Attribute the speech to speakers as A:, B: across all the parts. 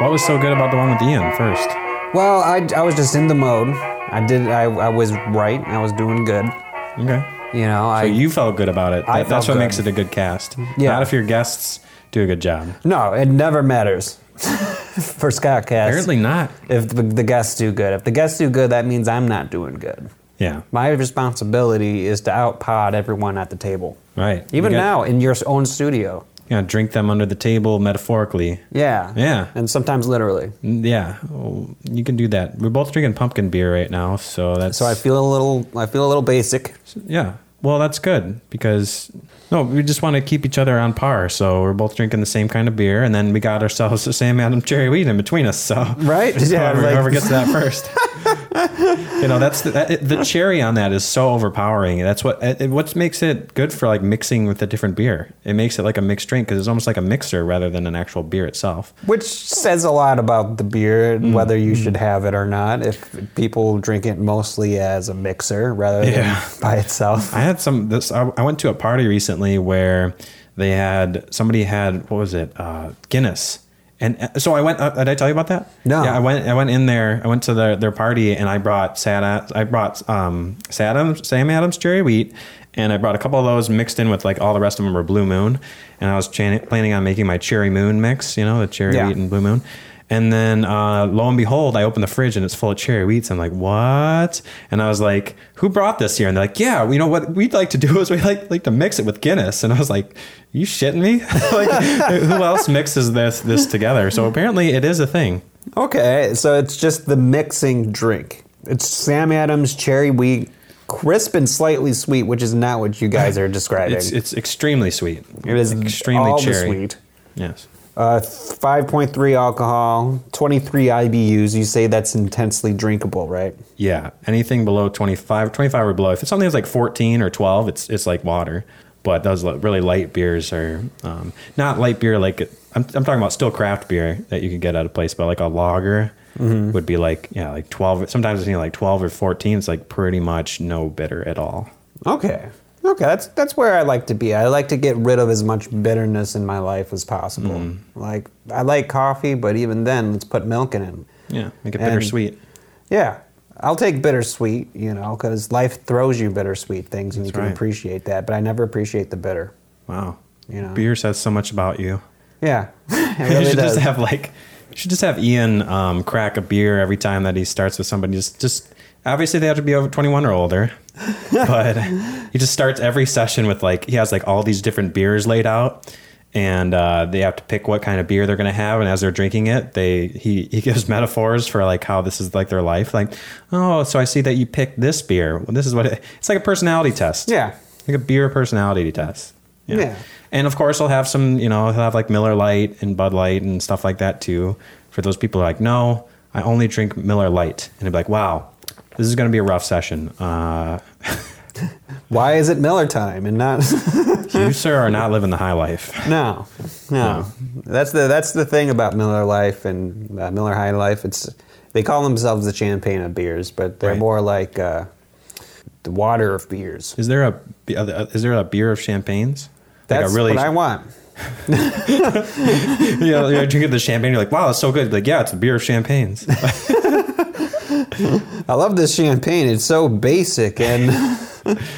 A: What was so good about the one with Ian first?
B: Well, I, I was just in the mode. I did. I, I was right. I was doing good.
A: Okay.
B: You know. I
A: So you felt good about it.
B: I
A: That- that's what
B: felt good.
A: makes it a good cast.
B: Yeah.
A: Not if your guests do a good job.
B: no. It never matters for Scottcast.
A: Apparently not.
B: If the, the guests do good. If the guests do good, that means I'm not doing good.
A: Yeah.
B: My responsibility is to outpod everyone at the table.
A: Right.
B: Even
A: You got-
B: now in your own studio.
A: You know, drink them under the table metaphorically.
B: Yeah.
A: Yeah.
B: And sometimes literally.
A: Yeah. Oh, You can do that. We're both drinking pumpkin beer right now, so that's
B: So I feel a little. I feel a little basic.
A: Yeah. Well, that's good because no, we just want to keep each other on par. So we're both drinking the same kind of beer, and then we got ourselves the same Adam Cherry Wheat in between us. So
B: Right? Yeah,
A: whoever,
B: like-
A: whoever gets that first. you know, that's the, that, the cherry on that is so overpowering. That's what it, what makes it good for like mixing with a different beer. It makes it like a mixed drink because it's almost like a mixer rather than an actual beer itself.
B: Which says a lot about the beer
A: Mm-hmm.
B: and whether you should have it or not. If people drink it mostly as a mixer rather
A: Yeah.
B: than by itself.
A: I had some this. I, I went to a party recently where they had somebody had what was it uh, Guinness, and uh, so I went. Uh, did I tell you about that?
B: No.
A: Yeah, I went. I went in there. I went to their, their party, and I brought sad. I brought um Sadam, Sam Adams cherry wheat, and I brought a couple of those mixed in with like all the rest of them were Blue Moon, and I was chan- planning on making my cherry moon mix. You know, the cherry
B: Yeah.
A: wheat and Blue Moon. And then uh, lo and behold, I open the fridge and it's full of cherry wheats. I'm like, what? And I was like, who brought this here? And they're like, yeah, you know what we'd like to do is we like like to mix it with Guinness. And I was like, you shitting me? like, who else mixes this this together? So apparently, it is a thing.
B: Okay, so it's just the mixing drink. It's Sam Adams cherry wheat, crisp and slightly sweet, which is not what you guys are describing.
A: It's it's extremely sweet.
B: it is
A: extremely
B: all the
A: cherry.
B: sweet.
A: Yes.
B: Uh, 5.3 alcohol, 23 IBUs. You say that's intensely drinkable, right?
A: Yeah. Anything below 25, 25 or below. If it's something that's like 14 or 12, it's it's like water. But those li- really light beers are um, not light beer like I'm, I'm talking about still craft beer that you can get at a place, but like a lager
B: Mm-hmm.
A: would be like yeah like 12. Sometimes it's you know, like 12 or 14. It's like pretty much no bitter at all.
B: Okay. Okay, that's that's where I like to be. I like to get rid of as much bitterness in my life as possible.
A: Mm.
B: Like I like coffee, but even then, let's put milk in it.
A: Yeah, make it
B: And-
A: bittersweet.
B: Yeah, I'll take bittersweet, you know, because life throws you bittersweet things, and you
A: That's
B: can
A: right.
B: appreciate that. But I never appreciate the bitter.
A: Wow.
B: You know.
A: Beer says so much about you.
B: Yeah, it
A: you
B: really
A: should
B: does.
A: just have like you should just have Ian um, crack a beer every time that he starts with somebody. Just just obviously they have to be over twenty one or older. but he just starts every session with like he has like all these different beers laid out and uh, they have to pick what kind of beer they're gonna have and as they're drinking it they he, he gives metaphors for like how this is like their life like oh so i see that you picked this beer well, this is what it, it's like a personality test
B: yeah,
A: like a beer personality test.
B: Yeah.
A: And of course, he'll have some, you know, he'll have like Miller Light and Bud Light and stuff like that too. For those people who are like, no, I only drink Miller Light. And he'll be like, wow, this is going to be a rough session. Uh,
B: why is it Miller time and not?
A: you, sir, are not living the high life.
B: No, no. That's the that's the thing about Miller Life and uh, Miller High Life. It's they call themselves the champagne of beers, but they're
A: Right.
B: more like uh, the water of beers.
A: Is there a, is there a beer of champagnes?
B: That's
A: like a really,
B: what I want.
A: you know, you're drinking the champagne. You're like, wow, it's so good. Like, yeah, it's a beer of champagnes.
B: I love this champagne. It's so basic and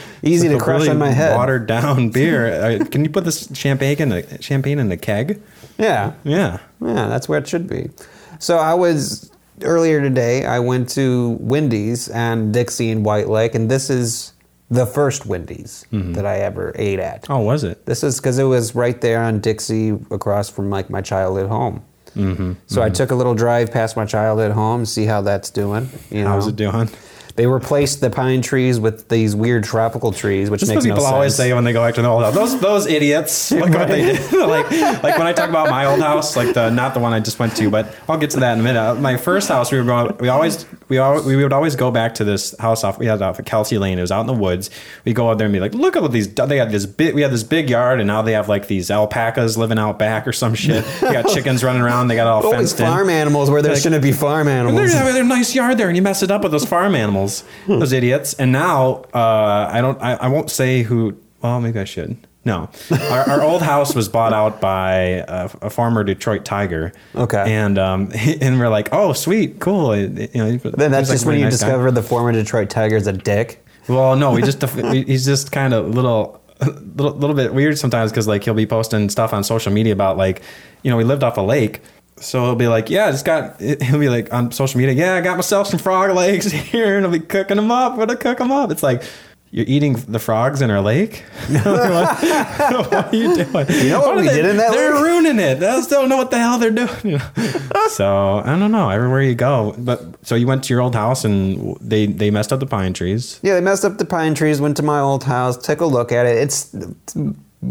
B: easy to
A: A
B: crush
A: really
B: on my head.
A: Watered down beer. Uh, Can you put this champagne in a champagne in a keg?
B: Yeah,
A: Yeah.
B: yeah. That's where it should be. So I was earlier today. I went to Wendy's on Dixie and White Lake, and this is the first Wendy's
A: Mm-hmm.
B: that I ever ate at.
A: Oh, was it?
B: This is because it was right there on Dixie, across from like my childhood home. Mm-hmm, so I took a little drive past my childhood home, see how that's doing. You know,
A: How's it doing?
B: They replaced the pine trees with these weird tropical trees, which
A: That's what
B: makes no
A: people
B: sense.
A: always say when they go back to the old house. Those those idiots. Look what they did. like like when I talk about my old house, like the not the one I just went to, but I'll get to that in a minute. My first house, we were going, we always we all we would always go back to this house off we had off of Kelsey Lane. It was out in the woods. We go out there and be like, look at what these they had this big we had this big yard, and now they have like these alpacas living out back or some shit. They got chickens running around. They got all
B: always
A: fenced in.
B: farm animals where there
A: Like-
B: shouldn't be farm
A: They're,
B: animals. Hmm.
A: they're a nice yard there, and you mess it up with those farm animals, those idiots. And now uh, I don't, I, I won't say who. Well, maybe I should. No, our, our old house was bought out by a, a former Detroit Tiger.
B: Okay.
A: and um, and we're like, oh, sweet, cool. It- it- you know, he-
B: Then
A: he's,
B: that's
A: like,
B: just
A: a
B: when
A: really
B: you
A: nice guy.
B: discover the former Detroit Tiger's a dick.
A: Well, no, we just def- we- he's just kind of little, little, little bit weird sometimes because like he'll be posting stuff on social media about like, you know, we lived off a lake. So he'll be like, yeah, I just got. He'll be like on social media, yeah, I got myself some frog legs here, and I'll be cooking them up. Gonna cook them up. It's like you're eating the frogs in our lake. what, what are you doing? You
B: know what we did in that
A: They're
B: lake?
A: ruining it. I just don't know what the hell they're doing. you know? so I don't know. Everywhere you go, but so you went to your old house and they they messed up the pine trees.
B: Yeah, they messed up the pine trees. Went to my old house, took a look at it. It's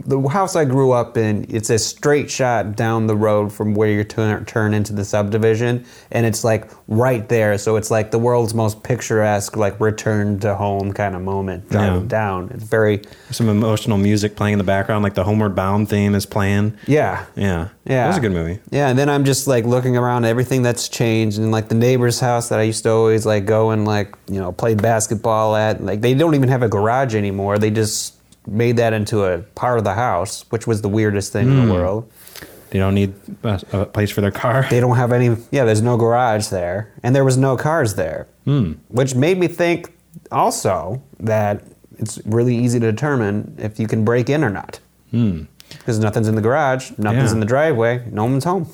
B: the house I grew up in. It's a straight shot down the road from where you turn turn into the subdivision, and it's like right there. So it's like the world's most picturesque, like return to home kind of moment. Driving
A: Yeah.
B: down, it's very
A: some emotional music playing in the background, like the Homeward Bound theme is playing.
B: yeah.
A: Yeah,
B: Yeah.
A: that was a good movie.
B: Yeah, and then I'm just like looking around at everything that's changed and like the neighbor's house that I used to always like go and like, you know, play basketball at. Like they don't even have a garage anymore. They just made that into a part of the house, which was the weirdest thing in the
A: Hmm.
B: world.
A: They don't need a, a place for their car.
B: They don't have any Yeah, there's no garage there and there was no cars there.
A: Hmm.
B: Which made me think also that it's really easy to determine if you can break in or not. Because nothing's in the garage, nothing's
A: Hmm. Yeah.
B: in the driveway, no one's home.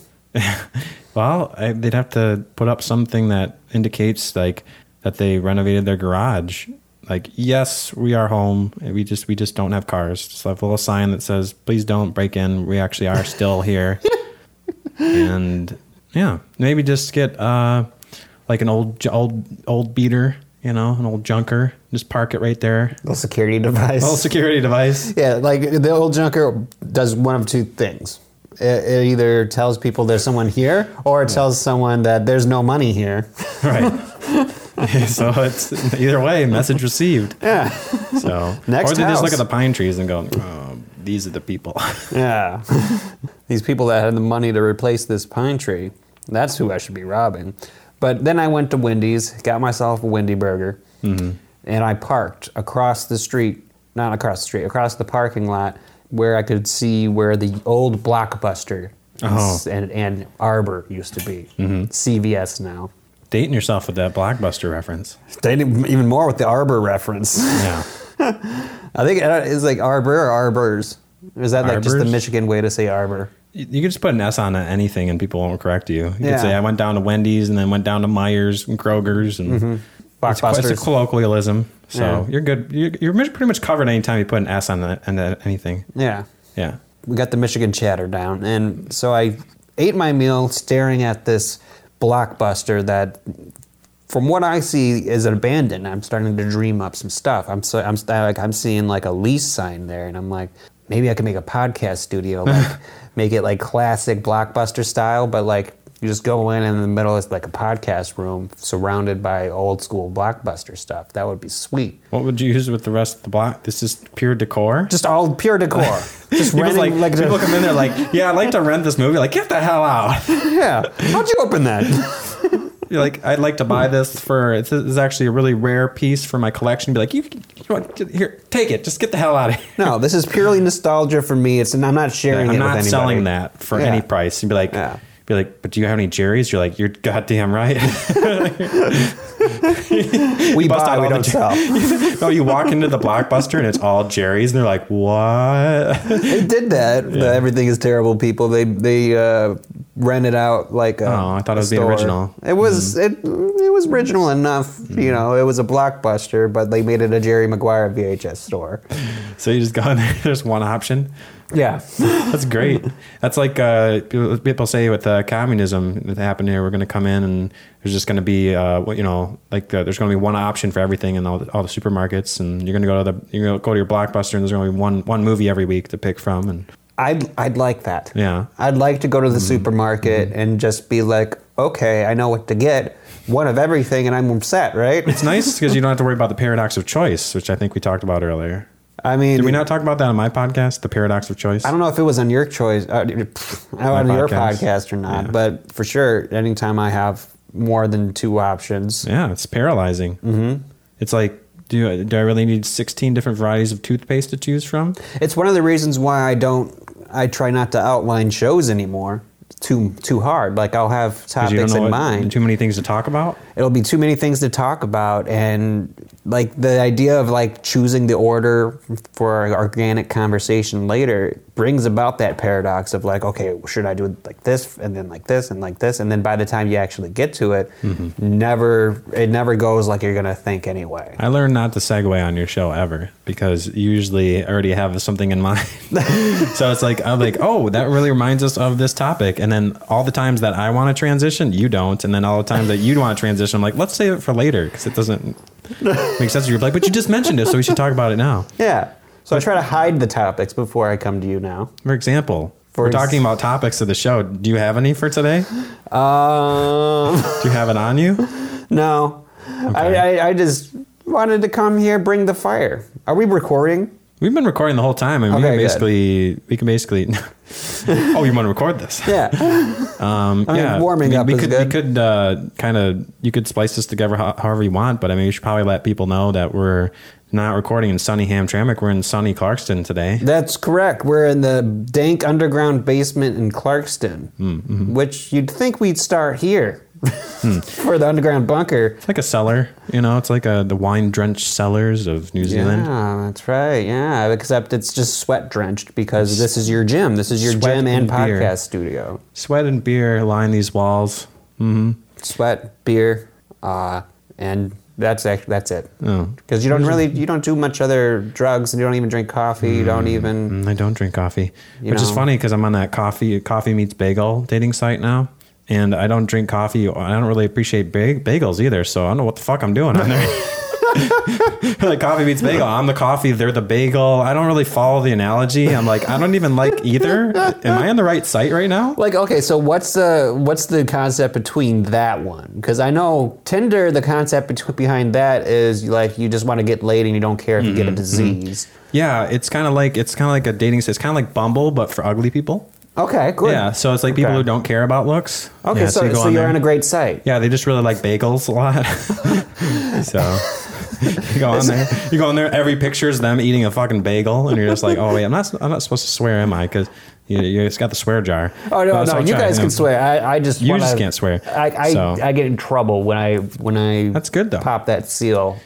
A: well, I, they'd have to put up something that indicates like that they renovated their garage. Like, yes, we are home. We just we just don't have cars. Just have a little sign that says, "Please don't break in. We actually are still here." and yeah, maybe just get uh, like an old old old beater, you know, an old junker. Just park it right there.
B: Little security device.
A: Little security device.
B: Yeah, like the old junker does one of two things. It, it either tells people there's someone here, or it tells someone that there's no money here.
A: Right. so it's either way, message received.
B: Yeah,
A: So
B: Next
A: or they just look
B: house.
A: at the pine trees and go, oh, these are the people.
B: yeah. These people that had the money to replace this pine tree, that's who I should be robbing. But then I went to Wendy's, got myself a Wendy burger, and I parked across the street, not across the street, across the parking lot where I could see where the old Blockbuster
A: Oh.
B: and, and Arbor used to be. CVS now.
A: Dating yourself with that blockbuster reference.
B: They did even more with the arbor reference.
A: Yeah.
B: I think uh, it's like arbor or arbors. Is that like just the
A: Arbors?
B: Michigan way to say arbor?
A: You you could just put an S on anything and people won't correct you. You
B: Yeah.
A: could say I went down to Wendy's and then went down to Myers and Kroger's and it's, a- it's a
B: Mm-hmm. Blockbusters.
A: colloquialism. So
B: Yeah.
A: you're good. You're, you're pretty much covered anytime you put an S on, the, on the- anything.
B: yeah.
A: Yeah.
B: We got the Michigan chatter down. And so I ate my meal staring at this blockbuster that, from what I see, is abandoned. I'm starting to dream up some stuff. I'm, so, I'm, st- like, I'm seeing like a lease sign there, and I'm like, maybe I can make a podcast studio, like, make it like classic blockbuster style, but like, you just go in and in the middle is like a podcast room surrounded by old school blockbuster stuff. That would be sweet.
A: What would you use with the rest of the block? This is pure decor.
B: Just all pure decor. Just
A: People's
B: renting
A: like,
B: like,
A: people come in there like, yeah, I'd like to rent this movie. Like, get the hell out.
B: yeah. How'd you open that?
A: You're like, I'd like to buy this for, it's, it's actually a really rare piece for my collection. Be like, you, you want, here, take it. Just get the hell out of here.
B: No, this is purely nostalgia for me. It's and I'm not sharing it
A: I'm
B: with
A: not
B: anybody.
A: selling that for
B: Yeah.
A: any price. You'd be like,
B: Yeah.
A: be like, but do you have any Jerry's? You're like, you're goddamn right.
B: We
A: Bust
B: buy,
A: out
B: we
A: all the
B: don't sell.
A: no, you walk into the blockbuster and it's all Jerry's, and they're like, what?
B: They did that. The Everything is terrible. People they they uh, rented out like. A,
A: Oh, I thought it
B: a
A: was being
B: store.
A: original. Hmm.
B: It was it it was original enough. You know, it was a blockbuster, but they made it a Jerry Maguire VHS store.
A: so you just go in there. There's one option.
B: Yeah,
A: That's great. That's like uh, people people say with uh, communism that happened here. We're going to come in and there's just going to be uh, what you know, like uh, there's going to be one option for everything in all the, all the supermarkets, and you're going to go to the you're going to go to your blockbuster, and there's going to be one one movie every week to pick from, and
B: I'd I'd like that.
A: Yeah. Hmm.
B: I'd like to go to the supermarket and just be like, okay, I know what to get. One of everything, and I'm set. Right?
A: it's nice because you don't have to worry about the paradox of choice, which I think we talked about earlier.
B: I mean,
A: Did we not talk about that on my podcast, the paradox of choice?
B: I don't know if it was on your choice, uh, pfft, on your
A: podcast.
B: podcast or not,
A: Yeah.
B: but for sure, anytime I have more than two options,
A: Yeah, it's paralyzing. Mm-hmm. It's like do, do I really need 16 different varieties of toothpaste to choose from?
B: It's one of the reasons why I don't. I try not to outline shows anymore too too hard. Like I'll have
A: 'Cause
B: topics in
A: what-
B: mind.
A: Too many things to talk about.
B: It'll be too many things to talk about, and like the idea of like choosing the order for our organic conversation later brings about that paradox of like, okay, should I do it like this and then like this and like this, and then by the time you actually get to it, Mm-hmm. never it never goes like you're gonna think anyway.
A: I learned not to segue on your show ever because you usually already have something in mind. so it's like I'm like, oh, that really reminds us of this topic. And then all the times that I want to transition, you don't. And then all the times that you want to transition, I'm like, let's save it for later because it doesn't make sense. You're like, but you just mentioned it, so we should talk about it now.
B: Yeah. So I try to hide the topics before I come to you now.
A: For example,
B: For
A: we're
B: ex-
A: talking about topics of the show. Do you have any for today?
B: Um,
A: Do you have it on you?
B: no, I, I, I just wanted to come here, bring the fire. Are we recording?
A: We've been recording the whole time. I mean,
B: Okay,
A: we
B: good.
A: can basically, we can basically. oh, you want to record this?
B: Yeah.
A: Um,
B: I mean,
A: yeah,
B: warming
A: we,
B: up
A: we
B: is
A: could,
B: good.
A: We could uh, kind of you could splice this together ho- however you want, but I mean, you should probably let people know that we're not recording in sunny Hamtramck. We're in sunny Clarkston today.
B: That's correct. We're in the dank underground basement in Clarkston,
A: Hmm, mm-hmm.
B: which you'd think we'd start here
A: Hmm.
B: for the underground bunker.
A: It's like a cellar, you know. It's like a, the wine drenched cellars of New Zealand.
B: Yeah, that's right. Yeah, except it's just sweat drenched because this is your gym. This is your
A: Sweat
B: gym
A: and
B: and
A: beer.
B: podcast studio.
A: Sweat and beer line these walls.
B: sweat, beer, uh, and that's act- that's it.
A: Oh.
B: Because you don't really you don't do much other drugs, and you don't even drink coffee. You don't even
A: Mm, I don't drink coffee,
B: You
A: which is
B: know.
A: funny because I'm on that coffee coffee meets bagel dating site now, and I don't drink coffee. or I don't really appreciate bag- bagels either, so I don't know what the fuck I'm doing on there. like coffee meets bagel. I'm the coffee, they're the bagel. I don't really follow the analogy. I'm like, I don't even like either. Am I on the right site right now?
B: like okay. So what's the what's the concept between that one? Because I know Tinder. The concept betw- behind that is like you just want to get laid, and you don't care if you get
A: Mm-hmm,
B: a disease.
A: Yeah, it's kind of like it's kind of like a dating site. It's kind of like Bumble, but for ugly people.
B: Okay, good.
A: Yeah, so it's like people
B: Okay.
A: who don't care about looks.
B: Okay,
A: Yeah,
B: so,
A: you go
B: so
A: on
B: you're
A: there.
B: on a great site.
A: Yeah, they just really like bagels a lot. so you go on there, you go on there. Every picture is them eating a fucking bagel, and you're just like, oh wait, I'm not, I'm not supposed to swear, am I? Because you, you just got the swear jar.
B: Oh no,
A: But that's what
B: no,
A: I'm
B: you
A: trying-
B: guys can swear. I, I just
A: You
B: wanna-
A: just can't swear,
B: I I,
A: so.
B: I get in trouble when I when I
A: That's good, though.
B: Pop that seal.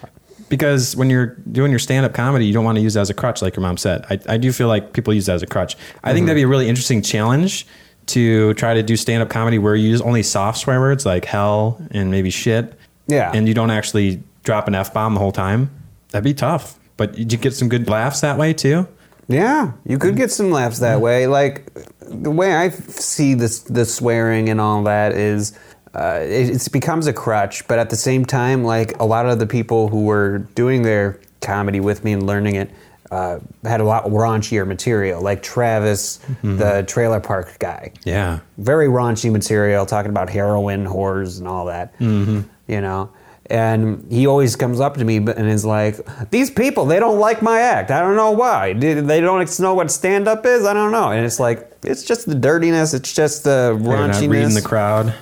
A: because when you're doing your stand-up comedy, you don't want to use it as a crutch, like your mom said. I, I do feel like people use it as a crutch. I
B: Mm-hmm.
A: think that'd be a really interesting challenge to try to do stand-up comedy where you use only soft swear words like hell and maybe shit.
B: Yeah.
A: And you don't actually drop an f-bomb the whole time. That'd be tough, but you get some good laughs that way too.
B: Yeah, you could get some laughs that way. Like the way I f- see this, the swearing and all that is, uh, it, it becomes a crutch. But at the same time, like a lot of the people who were doing their comedy with me and learning it. Uh, had a lot raunchier material, like Travis, the trailer park guy.
A: Yeah.
B: Very raunchy material, talking about heroin, whores, and all that.
A: Mm-hmm.
B: You know, and he always comes up to me b- and is like, "These people, they don't like my act. I don't know why. They they don't ex- know what stand up is. I don't know." And it's like, it's just the dirtiness. It's just the
A: You're not
B: raunchiness.
A: reading the crowd.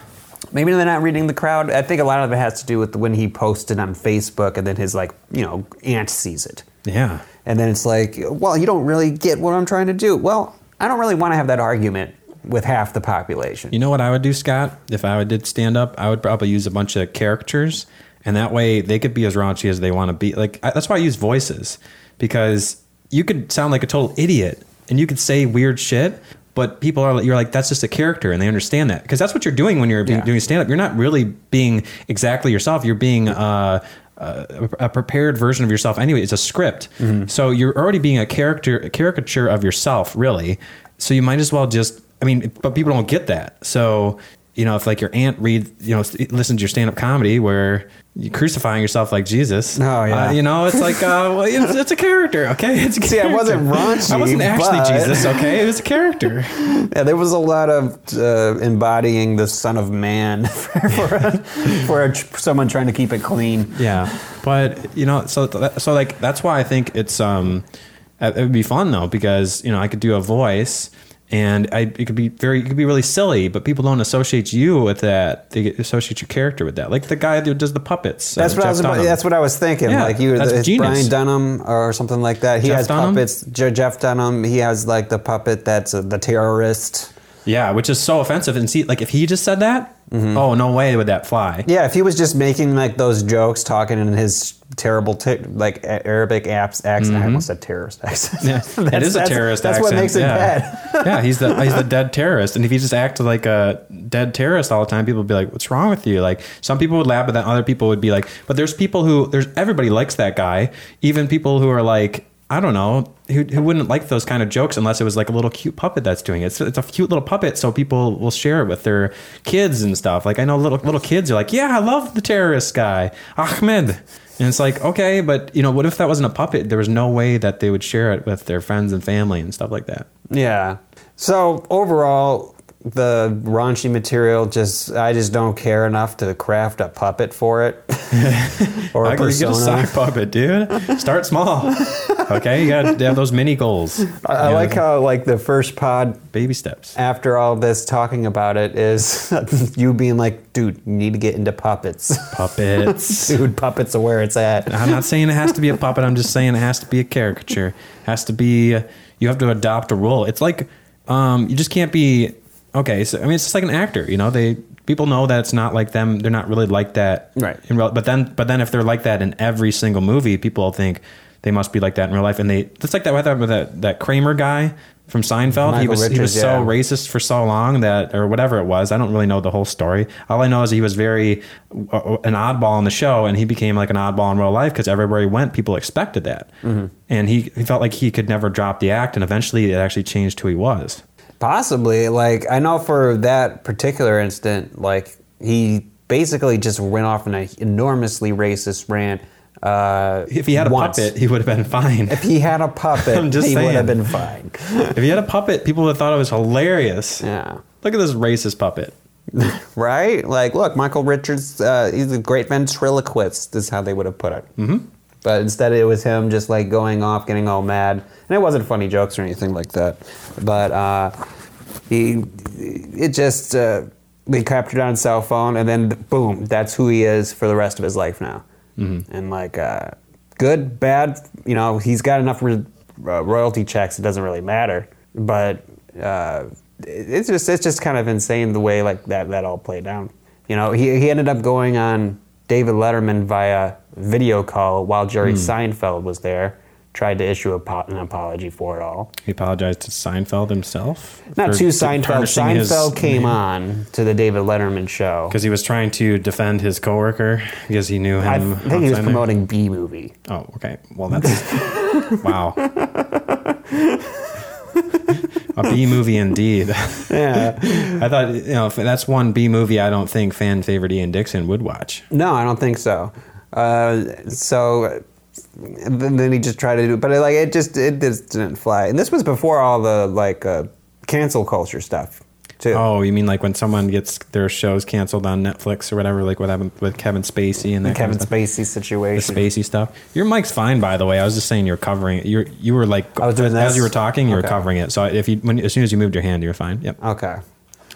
B: Maybe they're not reading the crowd. I think a lot of it has to do with when he posted on Facebook, and then his like, you know, aunt sees it.
A: Yeah.
B: And then it's like, well, you don't really get what I'm trying to do. Well, I don't really want to have that argument with half the population.
A: You know what I would do, Scott? If I did stand up, I would probably use a bunch of characters, and that way they could be as raunchy as they want to be. Like I, that's why I use voices because you could sound like a total idiot and you could say weird shit, but people are you're like that's just a character, and they understand that because that's what you're doing when you're be-
B: Yeah.
A: doing stand up. You're not really being exactly yourself. You're being. Uh, uh, a prepared version of yourself anyway it's a script
B: Mm-hmm.
A: so you're already being a character a caricature of yourself really so you might as well just I mean, but people don't get that. So, you know, if like your aunt read, you know, listen to your stand up comedy where you're crucifying yourself like Jesus.
B: Oh, yeah.
A: uh, you know, it's like, uh, well, it's, it's a character, okay? It's a
B: See, I wasn't raunchy,
A: I wasn't actually
B: but-
A: Jesus, okay? It was a character.
B: Yeah, there was a lot of uh, embodying the Son of Man for, for, a, for a, someone trying to keep it clean.
A: yeah. But, you know, so, th- so like, that's why I think it's, um, it it would be fun though, because, you know, I could do a voice and I, it could be very, it could be really silly, but people don't associate you with that. They associate your character with that, like the guy that does the puppets.
B: That's
A: uh,
B: what I
A: Jeff
B: was. About,
A: Dunham.
B: that's what I was thinking.
A: Yeah,
B: like you,
A: that's
B: it's
A: genius.
B: Brian Dunham or something like that. He
A: Jeff
B: has
A: Dunham?
B: puppets. Je- Jeff Dunham. He has like the puppet that's uh the terrorist.
A: Yeah, which is so offensive. And see, like if he just said that,
B: Mm-hmm.
A: oh no way would that fly.
B: Yeah, if he was just making like those jokes, talking in his terrible t- like a- Arabic apps accent. I almost said terrorist accent.
A: Mm-hmm. Yeah, that is a
B: that's-
A: terrorist.
B: that's what
A: accent.
B: makes it
A: yeah.
B: bad.
A: yeah, he's the he's the dead terrorist, and if he just acted like a dead terrorist all the time, people would be like, "What's wrong with you?" Like some people would laugh, but then other people would be like, "But there's people who there's everybody likes that guy, even people who are like." I don't know who, who wouldn't like those kind of jokes unless it was like a little cute puppet that's doing it. It's, it's a cute little puppet, so people will share it with their kids and stuff. Like I know little little kids are like, "Yeah, I love the terrorist guy, Ahmed." And it's like, okay, but you know, what if that wasn't a puppet? There was no way that they would share it with their friends and family and stuff like that.
B: Yeah. So overall, the raunchy material just I just don't care enough to craft a puppet for it or a
A: I gotta get a
B: persona.
A: sock puppet, dude. Start small. Okay, you gotta have those mini goals.
B: I, I like how like the first pod
A: baby steps.
B: after all this talking about it is you being like, dude, you need to get into puppets.
A: Puppets.
B: dude, puppets are where it's at.
A: I'm not saying it has to be a puppet. I'm just saying it has to be a caricature. Has to be. You have to adopt a role. It's like um, you just can't be. Okay, so I mean, it's just like an actor. You know, they people know that it's not like them. They're not really like that.
B: Right.
A: In real, but then, but then if they're like that in every single movie, people will think they must be like that in real life. And they that's like that with that with that, that Kramer guy from Seinfeld. he
B: Michael
A: was he was
B: Richards,
A: so
B: yeah.
A: racist for so long that or whatever it was i don't really know the whole story all i know is he was very uh, an oddball on the show and he became like an oddball in real life because everywhere he went people expected that
B: Mm-hmm.
A: and he, he felt like he could never drop the act and eventually it actually changed who he was
B: Possibly, like I know for that particular instant, like he basically just went off in an enormously racist rant. Uh,
A: if he had a
B: once.
A: puppet he would have been fine
B: If he had a puppet,
A: I'm just
B: he would
A: saying.
B: have been fine.
A: if he had a puppet people would have thought it was hilarious
B: Yeah.
A: look at this racist puppet
B: Right? Like, look, Michael Richards, uh, he's a great ventriloquist, is how they would have put it. Mm-hmm. But instead, it was him just like going off, getting all mad. And it wasn't funny jokes or anything like that. But uh, he, it just, uh, they captured it on his cell phone, and then boom, that's who he is for the rest of his life now.
A: Mm-hmm.
B: And like, uh, good, bad, you know, he's got enough re- uh, royalty checks, it doesn't really matter. But uh, it- it's just it's just kind of insane the way like that that all played down. You know, he he ended up going on David Letterman via video call while
A: Hmm.
B: Jerry Seinfeld was there, tried to issue a, po- an apology for it all.
A: he apologized to seinfeld himself
B: Not
A: for
B: to Seinfeld.
A: tarnishing his
B: Seinfeld came
A: name.
B: on to the David Letterman show.
A: because he was trying to defend his coworker because he knew him.
B: I think he was
A: outside there.
B: promoting B movie.
A: Oh, okay. Well, that's wow. A B movie indeed.
B: Yeah.
A: I thought you know if that's one B movie I don't think fan favorite Ian Dixon would watch.
B: No, I don't think so. Uh, so uh, then, then he just tried to do, but it, like it just it just didn't fly. And this was before all the like uh, cancel culture stuff too.
A: Oh, you mean like when someone gets their shows canceled on Netflix or whatever, like what happened with Kevin Spacey and that kind
B: Kevin
A: of stuff?
B: Spacey
A: The
B: situation.
A: Spacey stuff. Your mic's fine, by the way. I was just saying you're covering it. You you were like
B: I was doing
A: as
B: this?
A: you were talking, you were
B: Okay.
A: covering it. So if you when, as soon as you moved your hand, you were fine. Yep.
B: Okay,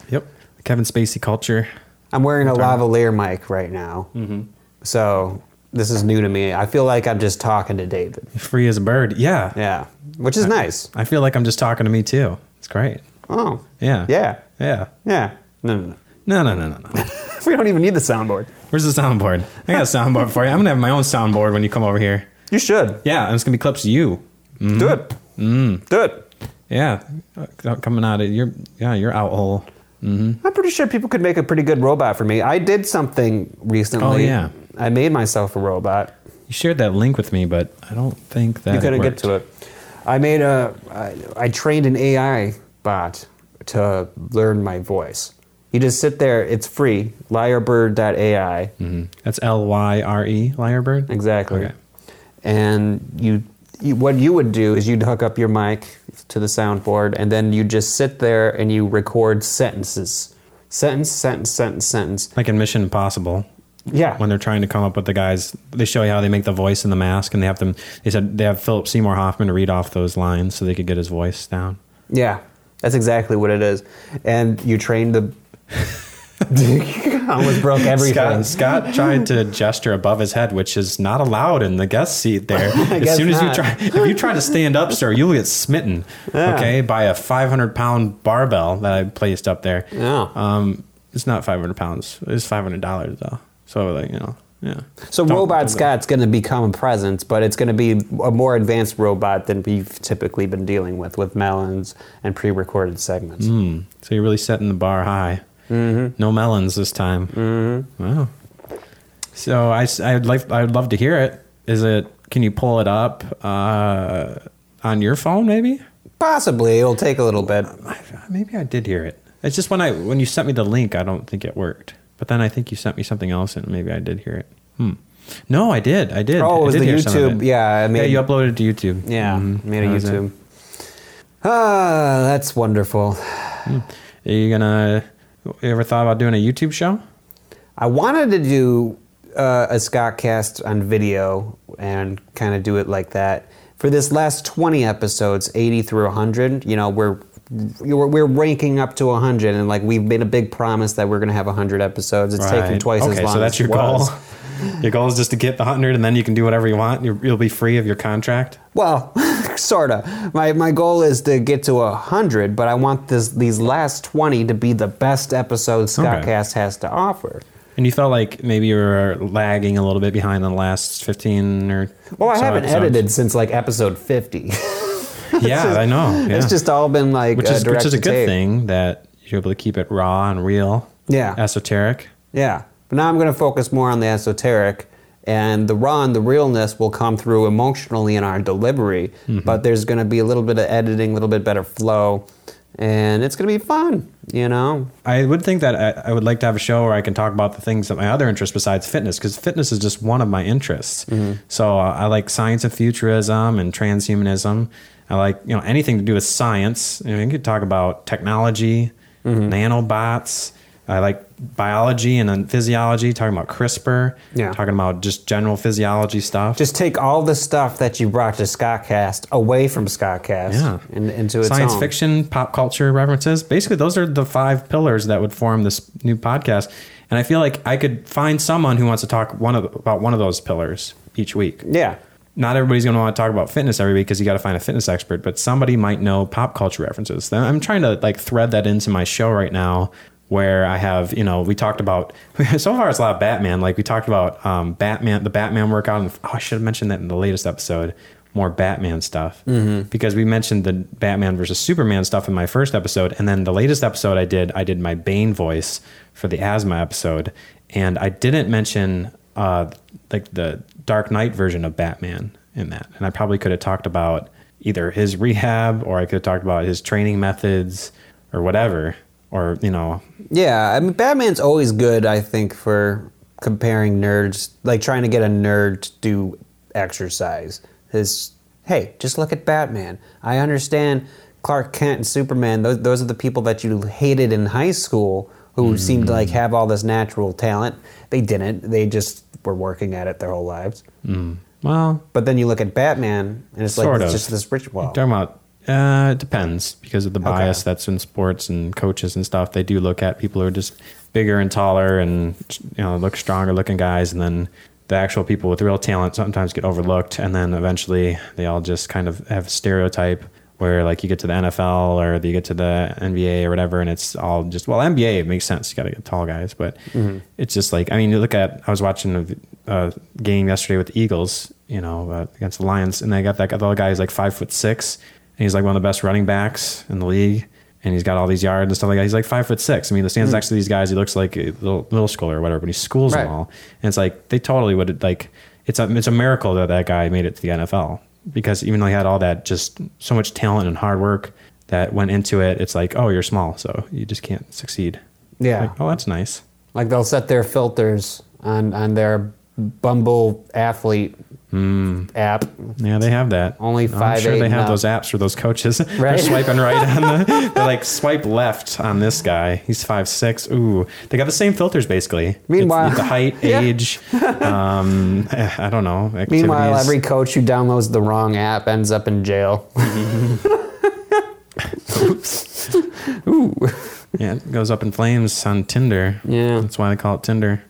A: Yep. Kevin Spacey culture.
B: I'm wearing a lavalier mic right now,
A: Mm-hmm.
B: so this is new to me. I feel like I'm just talking to David.
A: Free as a bird. Yeah.
B: Yeah, which is nice.
A: I feel like I'm just talking to me too. It's great.
B: Oh,
A: Yeah.
B: yeah,
A: Yeah.
B: yeah. No, no, no.
A: No, no, no, no, no.
B: we don't even need the soundboard.
A: Where's the soundboard? I got a soundboard for you. I'm gonna have my own soundboard when you come over here.
B: You should
A: Yeah, and it's gonna be clips of you. Mm-hmm.
B: do it.
A: Mm.
B: Do it.
A: Yeah, Uh, coming out of your yeah your out hole.
B: I'm pretty sure people could make a pretty good robot for me. I did something recently.
A: Oh, yeah.
B: I made myself a robot.
A: You shared that link with me, but I don't think that
B: You couldn't
A: worked.
B: get to it. I made a. I, I trained an AI bot to learn my voice. You just sit there. It's free. Lyrebird.ai.
A: Mm-hmm. That's L Y R E Lyrebird.
B: Exactly.
A: Okay.
B: And you, you, what you would do is you'd hook up your mic to the soundboard, and then you just sit there and you record sentences, sentence, sentence, sentence, sentence.
A: Like in Mission Impossible.
B: Yeah.
A: When they're trying to come up with the guys, they show you how they make the voice in the mask, and they have them. They said they have Philip Seymour Hoffman read off those lines so they could get his voice down.
B: Yeah. That's exactly what it is. And you train the. almost broke everything.
A: Scott, Scott tried to gesture above his head, which is not allowed in the guest seat there. as
B: guess
A: soon as you
B: not.
A: try, if you try to stand up, sir, you'll get smitten,
B: Yeah.
A: okay, by a 500 pound barbell that I placed up there.
B: Yeah.
A: Um, it's not 500 pounds. It's $500 though. So like, you know, yeah.
B: So
A: Don't-
B: robot
A: don't-
B: Scott's going to become a presence, but it's going to be a more advanced robot than we've typically been dealing with with melons and pre-recorded
A: Mm.
B: segments.
A: Hmm. So you're really setting the bar high. Mm-hmm. No melons this time. Mm-hmm. Wow. So I, s- I would like I would love to hear it. Is it? Can you pull it up uh, on your phone? Maybe.
B: Possibly it'll take a little bit.
A: I, maybe I did hear it. It's just when I when you sent me the link, I don't think it worked. But then I think you sent me something else, and maybe I did hear it. Hmm. No, I did. I did.
B: Oh, it
A: I
B: was
A: did
B: the
A: hear some of
B: YouTube- yeah, I
A: yeah,
B: made-
A: you uploaded it to YouTube.
B: Yeah,
A: Mhm.
B: made a
A: That was it.
B: YouTube. Ah, that's wonderful.
A: Are you gonna? You ever thought about doing a YouTube show?
B: I wanted to do uh, a Scott cast on video and kind of do it like that. For this last 20 episodes, 80 through 100, you know, we're we're we're ranking up to 100 and like we've made a big promise that we're going to have 100 episodes. It's taken
A: Right.
B: twice
A: okay,
B: as long.
A: so that's
B: as
A: your
B: it was.
A: goal. your goal is just to get the hundred, and then you can do whatever you want. You're, you'll be free of your contract.
B: Well, sorta. My my goal is to get to 100, but I want this these last 20 to be the best episode Scott
A: Okay.
B: cast has to offer.
A: And you felt like maybe you were lagging a little bit behind on the last fifteen or.
B: Well, I
A: so
B: haven't
A: episodes.
B: edited since like episode 50.
A: Yeah,
B: just-
A: I know.
B: It's
A: yeah.
B: just all been like
A: which
B: uh,
A: is which is a good
B: direct-to-tape.
A: thing that you're able to keep it raw and real.
B: Yeah.
A: esoteric.
B: Yeah, but now I'm going to focus more on the esoteric, and the raw and the realness will come through emotionally in our delivery.
A: Mm-hmm.
B: But there's going to be a little bit of editing, a little bit better flow, and it's going to be fun. You know,
A: I would think that I, I would like to have a show where I can talk about the things that my other interests besides fitness, because fitness is just one of my interests. So uh, I like science and futurism and transhumanism. I like you know anything to do with science. I mean, you could talk about technology, nanobots. I like biology and then physiology. Talking about CRISPR.
B: Yeah.
A: Talking about just general physiology stuff.
B: just take all the stuff that you brought to Scottcast away from Scottcast
A: Yeah.
B: and into its
A: science
B: own.
A: fiction, pop culture references. Basically, those are the five pillars that would form this new podcast. And I feel like I could find someone who wants to talk one of about one of those pillars each week.
B: Yeah.
A: Not everybody's going to want to talk about fitness every week because you got to find a fitness expert, but somebody might know pop culture references. Then I'm trying to like thread that into my show right now where I have, you know, we talked about so far it's a lot of Batman. Like we talked about um, Batman, the Batman workout. And, oh, I should have mentioned that in the latest episode. More Batman stuff because we mentioned the Batman versus Superman stuff in my first episode, and then the latest episode I did, I did my Bane voice for the asthma episode, and I didn't mention uh, like the Dark Knight version of Batman in that. And I probably could have talked about either his rehab or I could have talked about his training methods or whatever. Or, you know,
B: Yeah, I mean, Batman's always good, I think, for comparing nerds, like trying to get a nerd to do exercise. Is hey, just look at Batman. I understand Clark Kent and Superman, those, those are the people that you hated in high school who
A: Hmm.
B: seemed to like have all this natural talent. They didn't, they just were working at it their whole lives.
A: well,
B: But then you look at Batman, and it's like
A: Sort
B: it's
A: of.
B: just this rich well.
A: talking about, uh, it depends because of the bias that's in sports and coaches and stuff. They do look at people who are just bigger and taller and, you know, look stronger looking guys. And then the actual people with real talent sometimes get overlooked. And then eventually they all just kind of have a stereotype where like you get to the NFL or you get to the NBA or whatever, and it's all just well NBA it makes sense. You got to get tall guys, but it's just like I mean, you look at I was watching a, a game yesterday with the Eagles, you know, uh, against the Lions, and they got that other guy who's like five foot six, and he's like one of the best running backs in the league. And he's got all these yards and stuff like that. He's like five foot six. I mean, the stands next to these guys, he looks like a little, middle schooler or whatever, but he schools
B: Hmm. Right.
A: them all. And it's like they totally would like it's a it's a miracle that that guy made it to the NFL because even though he had all that just so much talent and hard work that went into it, it's like oh you're small so you just can't succeed.
B: Yeah.
A: Like, oh that's nice.
B: Like they'll set their filters on on their Bumble athlete
A: Hmm.
B: app.
A: Yeah, they have that.
B: Only
A: I'm
B: five,
A: sure
B: eight
A: they
B: and
A: have
B: up.
A: those apps for those coaches. They're
B: Right.
A: swiping right on the. They're like swipe left on this guy. He's five six. Ooh, they got the same filters basically. It's-
B: Meanwhile-
A: it's the height,
B: Yeah.
A: age, um, eh, I don't know. Activities.
B: Meanwhile, every coach who downloads the wrong app ends up in jail.
A: Yeah, it goes up in flames on Tinder.
B: Yeah.
A: That's why they call it Tinder.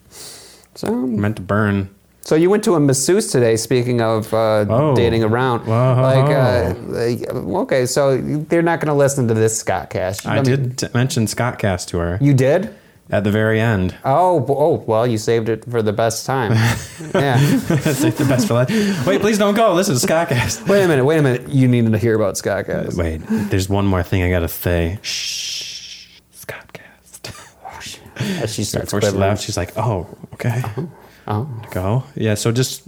B: So,
A: Meant to burn.
B: so you went to a masseuse today. Speaking of uh,
A: Oh.
B: dating around,
A: Wow.
B: like, uh, like, okay, so they're not going to listen to this Scott Cash.
A: I, did t- mention Scott Cast to her
B: You did?
A: at the very end.
B: Oh, b- oh, well, you saved it for the best time. yeah.
A: Save the best for last. Wait, please don't go. This is Scott Cast.
B: Wait a minute. Wait a minute. You needed to hear about Scott Cash.
A: Wait, there's one more thing I gotta say. Shh, Scott Cast.
B: Oh, As she starts
A: Before she
B: quivering.
A: left, she's like, "Oh, okay,
B: Oh,
A: go." Yeah, so just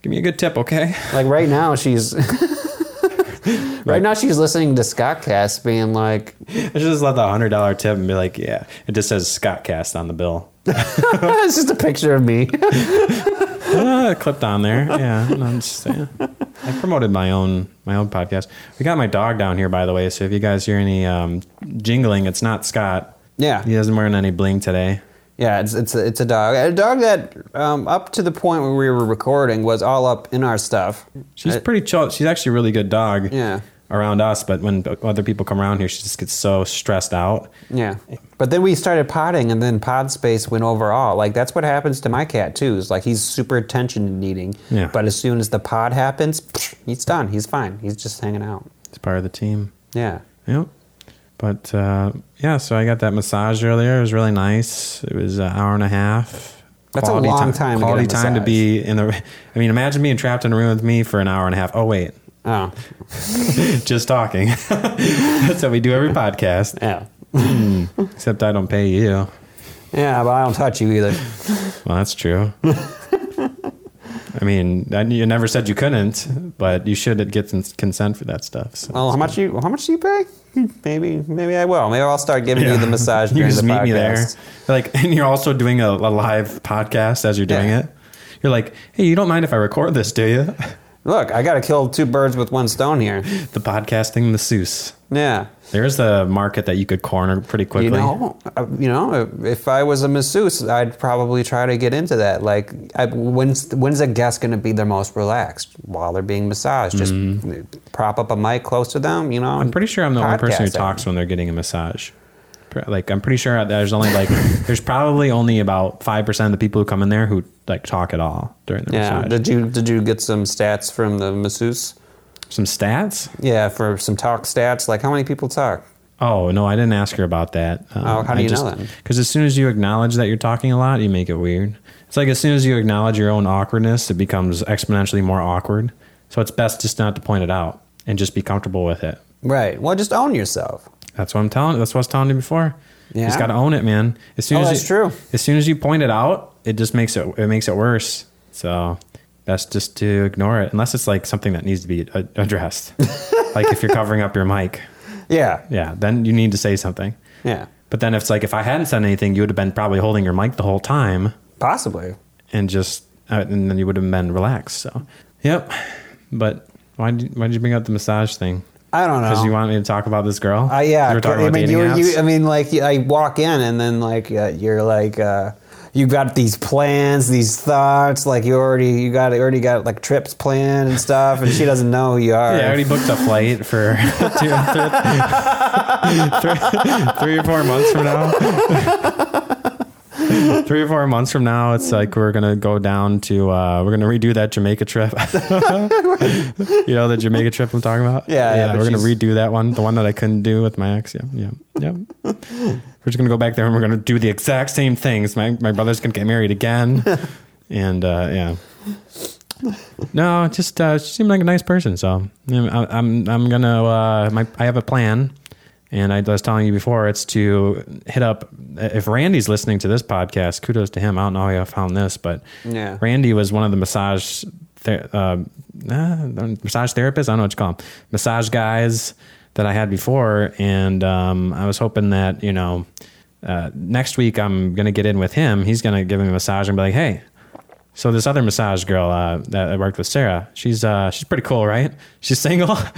A: give me a good tip, okay?
B: like right now she's. right now she's listening to Scott Cash, being like,
A: I should just let the hundred dollar tip and be like, "Yeah." It just says Scott Cast on the bill.
B: "It's just a picture of me."
A: uh, clipped on there. Yeah, no, I'm just- yeah. I promoted my own my own podcast. We got my dog down here, by the way. So if you guys hear any um, jingling, it's not Scott.
B: Yeah.
A: he isn't wearing any bling today.
B: Yeah, it's it's a, it's a dog. A dog that um, up to the point where we were recording was all up in our stuff. Uh,
A: She's
B: I-
A: pretty chill. She's actually a really good dog.
B: Yeah.
A: Around us, but when other people come around here, she just gets so stressed out.
B: yeah. But then we started potting, and then pod space went overall. Like that's what happens to my cat too. Is like he's super attention needing.
A: Yeah.
B: But as soon as the pod happens, he's done. He's fine. He's just hanging out.
A: It's part of the team.
B: Yeah.
A: Yep. But uh, yeah, so I got that massage earlier. It was really nice. It was an hour and a half.
B: That's a long time to get a
A: Quality time to
B: massage.
A: be in the. I mean, imagine being trapped in a room with me for an hour and a half. Oh wait,
B: Oh.
A: just talking. That's how we do every podcast.
B: Yeah.
A: Except I don't pay you.
B: Yeah, but I don't touch you either.
A: Well, that's true. I mean, I- you never said you couldn't, but you should get some consent for that stuff. So.
B: Well, how much you how much do you pay? Maybe maybe I will. Maybe I'll start giving you the massage
A: You
B: Oh, during
A: just
B: the
A: meet
B: podcast.
A: me there. Like, and you're also doing a, a live podcast as you're doing
B: Yeah.
A: it. You're like, hey, you don't mind if I record this, do you?
B: Look, I got to kill two birds with one stone here.
A: The podcasting masseuse.
B: Yeah.
A: There's a market that you could corner pretty quickly.
B: You know, uh, you know, if I was a masseuse, I'd probably try to get into that. Like, I, when's when's a guest going to be their most relaxed while they're being massaged? Just prop up a mic close to them. You know,
A: Mm-hmm. I'm pretty sure I'm the only person who
B: Podcasting.
A: talks when they're getting a massage. Pr- Like, I'm pretty sure there's only like, there's probably only about 5% of the people who come in there who like talk at all during the
B: Yeah.
A: massage.
B: Did you did you get some stats from the masseuse?
A: Some stats?
B: Yeah, for some talk stats. Like, how many people talk?
A: Oh, no, I didn't ask her about that. Um,
B: Oh, how do you know that?
A: Because as soon as you acknowledge that you're talking a lot, you make it weird. It's like as soon as you acknowledge your own awkwardness, it becomes exponentially more awkward. So it's best just not to point it out and just be comfortable with it.
B: Right. Well, just own yourself.
A: That's what I'm telling. That's what I was telling you before. You just
B: Yeah.
A: got to own it, man. As soon
B: Oh,
A: as
B: that's
A: you,
B: true.
A: As soon as you point it out, it just makes it. It makes it worse. So best just to ignore it, unless it's like something that needs to be a- addressed. like if you're covering up your mic,
B: Yeah.
A: yeah, then you need to say something.
B: Yeah.
A: But then it's like if I hadn't said anything, you would have been probably holding your mic the whole time
B: Possibly.
A: and just uh, and then you would have been relaxed. So, yep. But why did why did you bring up the massage thing?
B: I don't know.
A: Because you want me to talk about this girl?
B: Uh, yeah,
A: 'Cause We're talking
B: I
A: about
B: mean,
A: dating
B: you, you,
A: apps?
B: I mean, like I walk in and then like uh, you're like uh, you got these plans, these thoughts, like you already you got already got like trips planned and stuff, and she doesn't know who you are.
A: yeah, I already booked a flight for two, three, three or four months from now. three or four months from now, it's like we're gonna go down to uh, we're gonna redo that Jamaica trip. you know the Jamaica trip I'm talking about.
B: Yeah, yeah, but
A: we're gonna
B: she's-
A: redo that one, the one that I couldn't do with my ex. Yeah, yeah, yeah. we're just gonna go back there and we're gonna do the exact same things. My my brother's gonna get married again, and uh, yeah. No, just uh, she seemed like a nice person. So you know, I, I'm I'm gonna uh, my I have a plan, and I was telling you before it's to hit up uh, if Randy's listening to this podcast. Kudos to him. I don't know how I found this, but
B: Yeah.
A: Randy was one of the massage ther- uh, uh, massage therapists. I don't know what you call them, massage guys that I had before, and um, I was hoping that you know. Uh, next week, I'm gonna get in with him. He's gonna give me a massage and be like, "Hey, so this other massage girl uh, that I worked with, Sarah, she's uh, she's pretty cool, right? She's single.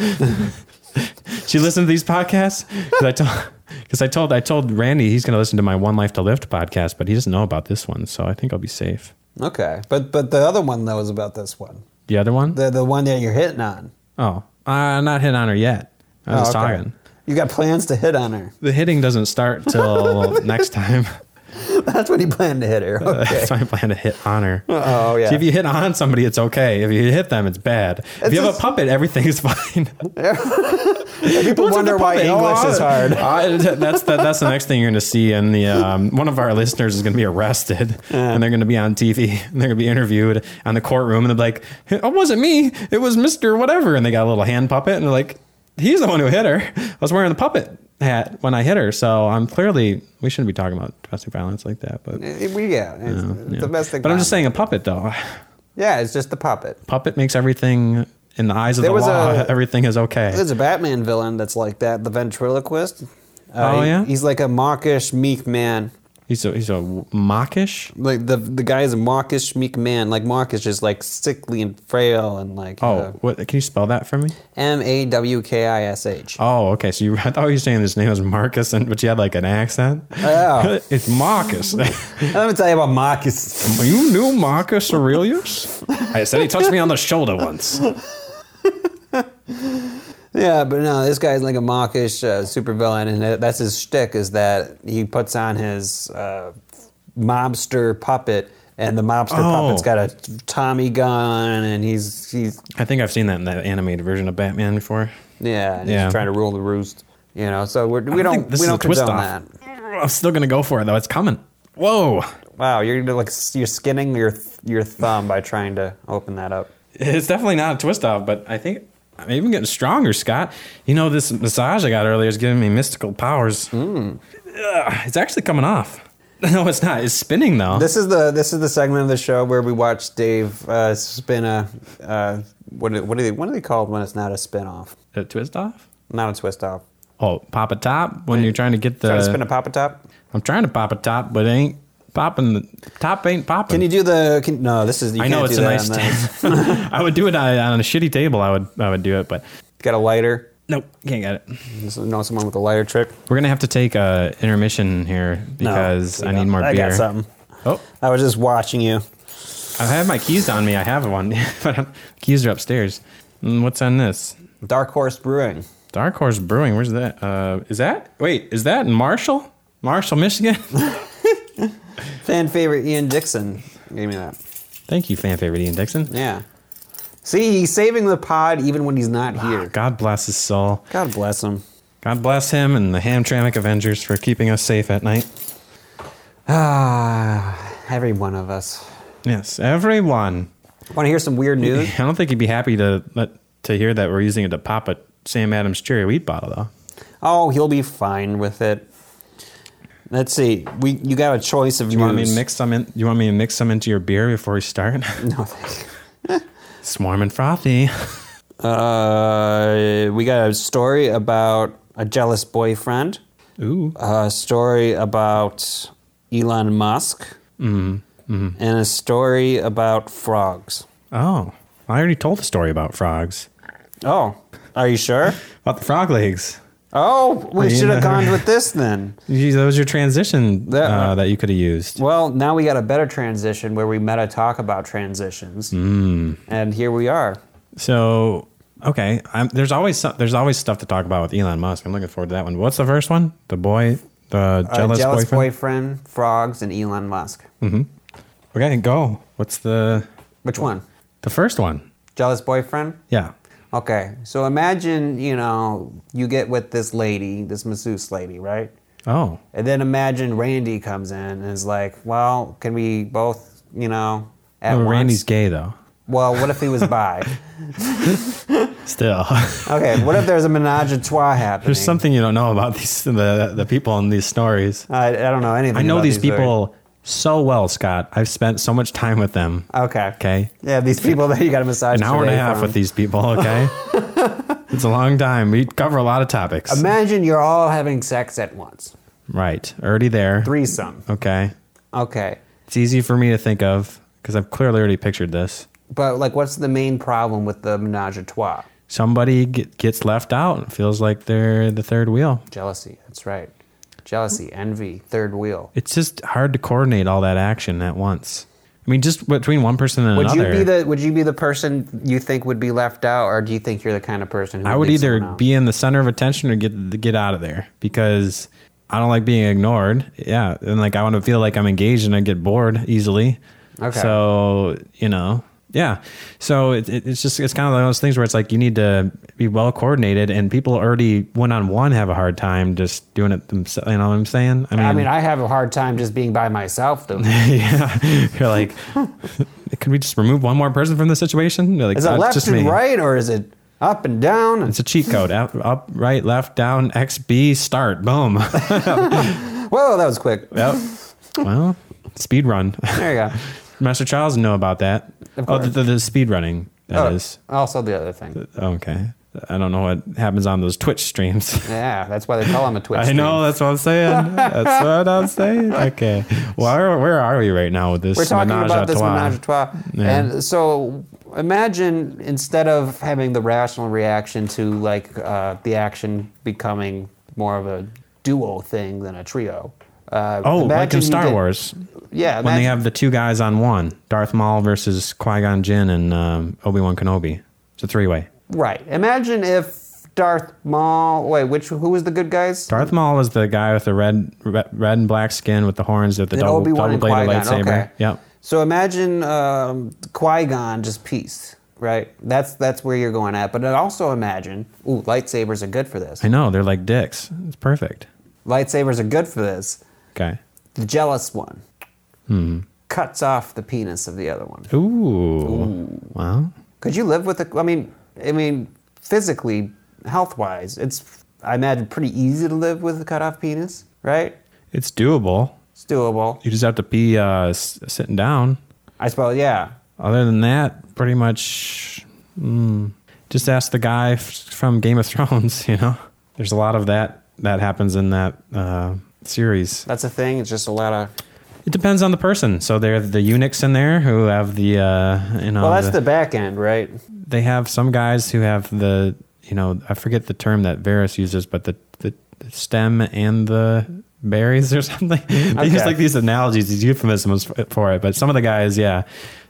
A: she listens to these podcasts because I told because I told I told Randy he's going to listen to my One Life to Lift podcast, but he doesn't know about this one, so I think I'll be safe.
B: Okay, but but the other one though is about this one,
A: The other one?
B: the the one that you're hitting on.
A: oh, uh, I'm not hit on her yet. I was
B: Oh,
A: just
B: okay.
A: talking.
B: You got plans to hit on her.
A: The hitting doesn't start till next time.
B: That's what he planned to hit her. Okay.
A: That's my plan to hit on her.
B: Oh yeah.
A: See, if you hit on somebody, it's okay. If you hit them, it's bad. if you have
B: just-
A: a puppet, everything's fine.
B: People wonder why English is hard.
A: Oh, I, that's the, that's the next thing you're going to see. And the um, one of our listeners is going to be arrested, and they're going to be on TV, and they're going to be interviewed on the courtroom, and they're like, "It wasn't me. It was Mister Whatever." And they got a little hand puppet, and they're like, "He's the one who hit her. I was wearing the puppet hat when I hit her, so I'm clearly we shouldn't be talking about domestic violence like that." But
B: We, yeah, it's
A: yeah.
B: the best thing.
A: But I'm just
B: about it.
A: saying, a puppet though.
B: Yeah, it's just the puppet.
A: Puppet makes everything in the eyes of
B: There
A: the
B: was
A: law.
B: a-
A: everything is okay.
B: There's a Batman villain that's like that, the ventriloquist. Uh,
A: Oh,
B: he-
A: yeah?
B: He's like a mawkish, meek man.
A: He's a he's a mockish.
B: Like the the guy is a mawkish, meek man. Like mawkish is like sickly and frail and like uh,
A: Oh, what? Can you spell that for me?
B: M A W K I S H.
A: Oh, okay. So you, I thought you were saying his name was Marcus, and but you had like an accent.
B: Yeah.
A: it's Marcus.
B: Let me tell you about Marcus.
A: you knew Marcus Aurelius? I said he touched me on the shoulder once.
B: Yeah, but no, this guy's like a mawkish uh, supervillain, and that- that's his shtick is that he puts on his uh, mobster puppet, and the mobster
A: Oh.
B: puppet's got a Tommy gun, and he's he's
A: I think I've seen that in that animated version of Batman before.
B: yeah, and
A: Yeah.
B: he's trying to rule the roost. You know, so we're, we don't
A: think this
B: we
A: is a
B: don't
A: twist
B: condone that.
A: off. I'm still gonna go for it though. It's coming. Whoa!
B: Wow, you're gonna, like you're skinning your your thumb by trying to open that up.
A: It's definitely not a twist off, but I think I'm even getting stronger, Scott. You know this massage I got earlier is giving me mystical powers. Ugh, it's actually coming off. No, it's not. It's spinning though.
B: This is the this is the segment of the show where we watch Dave uh, spin a uh, what do- what are they what are they called when it's not a spin off,
A: a twist off.
B: not a twist off.
A: Oh, pop a top when you're trying to get the.
B: Trying to spin a pop a top.
A: I'm trying to pop a top, but it ain't popping. The top ain't popping.
B: Can you do the? Can, no, this is. You
A: I
B: can't
A: know it's
B: do
A: a
B: that
A: nice.
B: on this.
A: ta- I would do it on, on a shitty table. I would. I would do it, but
B: Got a lighter.
A: nope, can't get it.
B: Just know someone with a lighter trick.
A: We're gonna have to take a intermission here
B: No,
A: because
B: we
A: I
B: don't.
A: need more
B: I
A: beer.
B: got something.
A: Oh,
B: I was just watching you.
A: I have my keys on me. I have one, but I'm, keys are upstairs. Mm, What's on this?
B: Dark Horse Brewing.
A: Dark Horse Brewing. Where's that? Uh, is that? Wait, is that in Marshall? Marshall, Michigan.
B: Fan favorite Ian Dixon gave me that.
A: Thank you, fan favorite Ian Dixon.
B: Yeah. See, he's saving the pod even when he's not here.
A: Ah, God bless his soul.
B: God bless him.
A: God bless him and the Hamtramck Avengers for keeping us safe at night.
B: Ah, every one of us.
A: Yes, everyone.
B: Want to hear some weird news?
A: I don't think he'd be happy to let, to hear that we're using it to pop a Sam Adams cherry wheat bottle, though.
B: Oh, he'll be fine with it. Let's see. We you got a choice of
A: You want me
B: news.
A: to mix some in? You want me to mix some into your beer before we start?
B: No, thank you.
A: it's warm and frothy.
B: Uh, we got a story about a jealous boyfriend,
A: Ooh,
B: a story about Elon Musk,
A: Mm-hmm.
B: and a story about frogs.
A: oh! I already told the story about frogs,
B: Oh, are you sure?
A: about the frog legs.
B: Oh, we
A: you
B: should have
A: never-
B: gone with this then.
A: Gee, That was your transition
B: That-
A: uh, that you could have used.
B: Well, now we got a better transition where we meta talk about transitions, and here we are.
A: So okay, I'm, there's always some, there's always stuff to talk about with Elon Musk. I'm looking forward to that one. What's the first one? The boy, the
B: A
A: Uh, jealous,
B: Uh, jealous
A: boyfriend.
B: boyfriend, Hmm. frogs, and Elon Musk.
A: Okay, go. What's the
B: Which one?
A: the first one?
B: Jealous boyfriend.
A: Yeah.
B: Okay, so imagine, you know, you get with this lady, this masseuse lady, right?
A: Oh,
B: And then imagine Randy comes in and is like, well, can we both, you know, at
A: Oh,
B: once?
A: Randy's gay though.
B: Well, what if he was bi?
A: Still,
B: okay, what if there's a menage a trois happening?
A: there's something you don't know about these the the people in these stories.
B: I, I don't know anything.
A: I know
B: about
A: these
B: stories.
A: people so well, Scott. I've spent so much time with them.
B: Okay.
A: Okay,
B: Yeah, these people that you got to massage.
A: an hour and a
B: today
A: half
B: from.
A: with these people. Okay, it's a long time. We cover a lot of topics.
B: Imagine you're all having sex at once.
A: right, already there.
B: Threesome.
A: Okay,
B: Okay.
A: it's easy for me to think of because I've clearly already pictured this.
B: But, like, what's the main problem with the menage a trois?
A: Somebody get, gets left out and feels like they're the third wheel.
B: Jealousy. That's right. Jealousy, envy, third wheel.
A: It's just hard to coordinate all that action at once. I mean, just between one person and
B: Would
A: another.
B: you be the Would you be the person you think would be left out, or do you think you're the kind of person who
A: I would
B: leave
A: either
B: someone out?
A: be in the center of attention or get get out of there because I don't like being ignored. Yeah, and like I want to feel like I'm engaged and I get bored easily.
B: Okay.
A: So you know, yeah. So it, it, it's just it's kind of one of those things where it's like you need to be well coordinated, and people already one on one have a hard time just doing it themselves. You know what I'm saying?
B: I mean, I have a hard time just being by myself. Though,
A: yeah. You're like, can we just remove one more person from the situation? They're like,
B: is it
A: "Oh, it's
B: left
A: just
B: and
A: me."
B: right, or is it up and down?
A: It's a cheat code. up, up, right, left, down, X, B, start. Boom.
B: Whoa, that was quick.
A: Yep. well, speed run.
B: There you go.
A: Master Charles knew about that.
B: Of
A: oh, the,
B: course. Oh.
A: the, the speed running. That is
B: Also, the other thing.
A: okay. I don't know what happens on those Twitch streams.
B: Yeah, that's why they call him a Twitch.
A: I know. That's what I'm saying. that's what I'm saying. Okay. Well, where, where are we right now with this?
B: We're talking
A: menage
B: about
A: a
B: this
A: trois?
B: menage a trois.
A: Yeah.
B: And so imagine instead of having the rational reaction to like uh, the action becoming more of a duo thing than a trio. Uh,
A: Oh, like
B: imagine
A: in
B: you
A: Star
B: did-
A: Wars.
B: Yeah,
A: when they
B: imagine-
A: have the two guys on one, Darth Maul versus Qui Gon Jinn and um, Obi Wan Kenobi. It's a three way.
B: right. Imagine if Darth Maul. Wait, which who was the good guys?
A: Darth Maul was the guy with the red, red, red and black skin with the horns with the
B: And
A: double,
B: Obi-Wan
A: double
B: and
A: bladed
B: Qui-Gon,
A: lightsaber.
B: okay.
A: Yep.
B: So imagine um, Qui Gon just peace, right? That's that's where you're going at. But also imagine, ooh, lightsabers are good for this.
A: I know they're like dicks. It's perfect.
B: Lightsabers are good for this.
A: Okay.
B: The jealous one
A: Hmm.
B: cuts off the penis of the other one.
A: Ooh. Wow.
B: Could you live with a? I mean, I mean, physically, health-wise, it's I imagine pretty easy to live with a cut-off penis, right?
A: It's doable.
B: It's doable.
A: You just have to be uh, s- sitting down.
B: I suppose, yeah.
A: Other than that, pretty much. Mm, just ask the guy f- from Game of Thrones. You know, there's a lot of that that happens in that uh, series.
B: That's a thing. It's just a lot of.
A: It depends on the person. So there are the eunuchs in there who have the uh, you know.
B: Well, that's the back end, right?
A: they have some guys who have the you know I forget the term that Varus uses, but the the, the stem and the berries or something. they use
B: Okay.
A: like these analogies, these euphemisms f- for it. But some of the guys, yeah,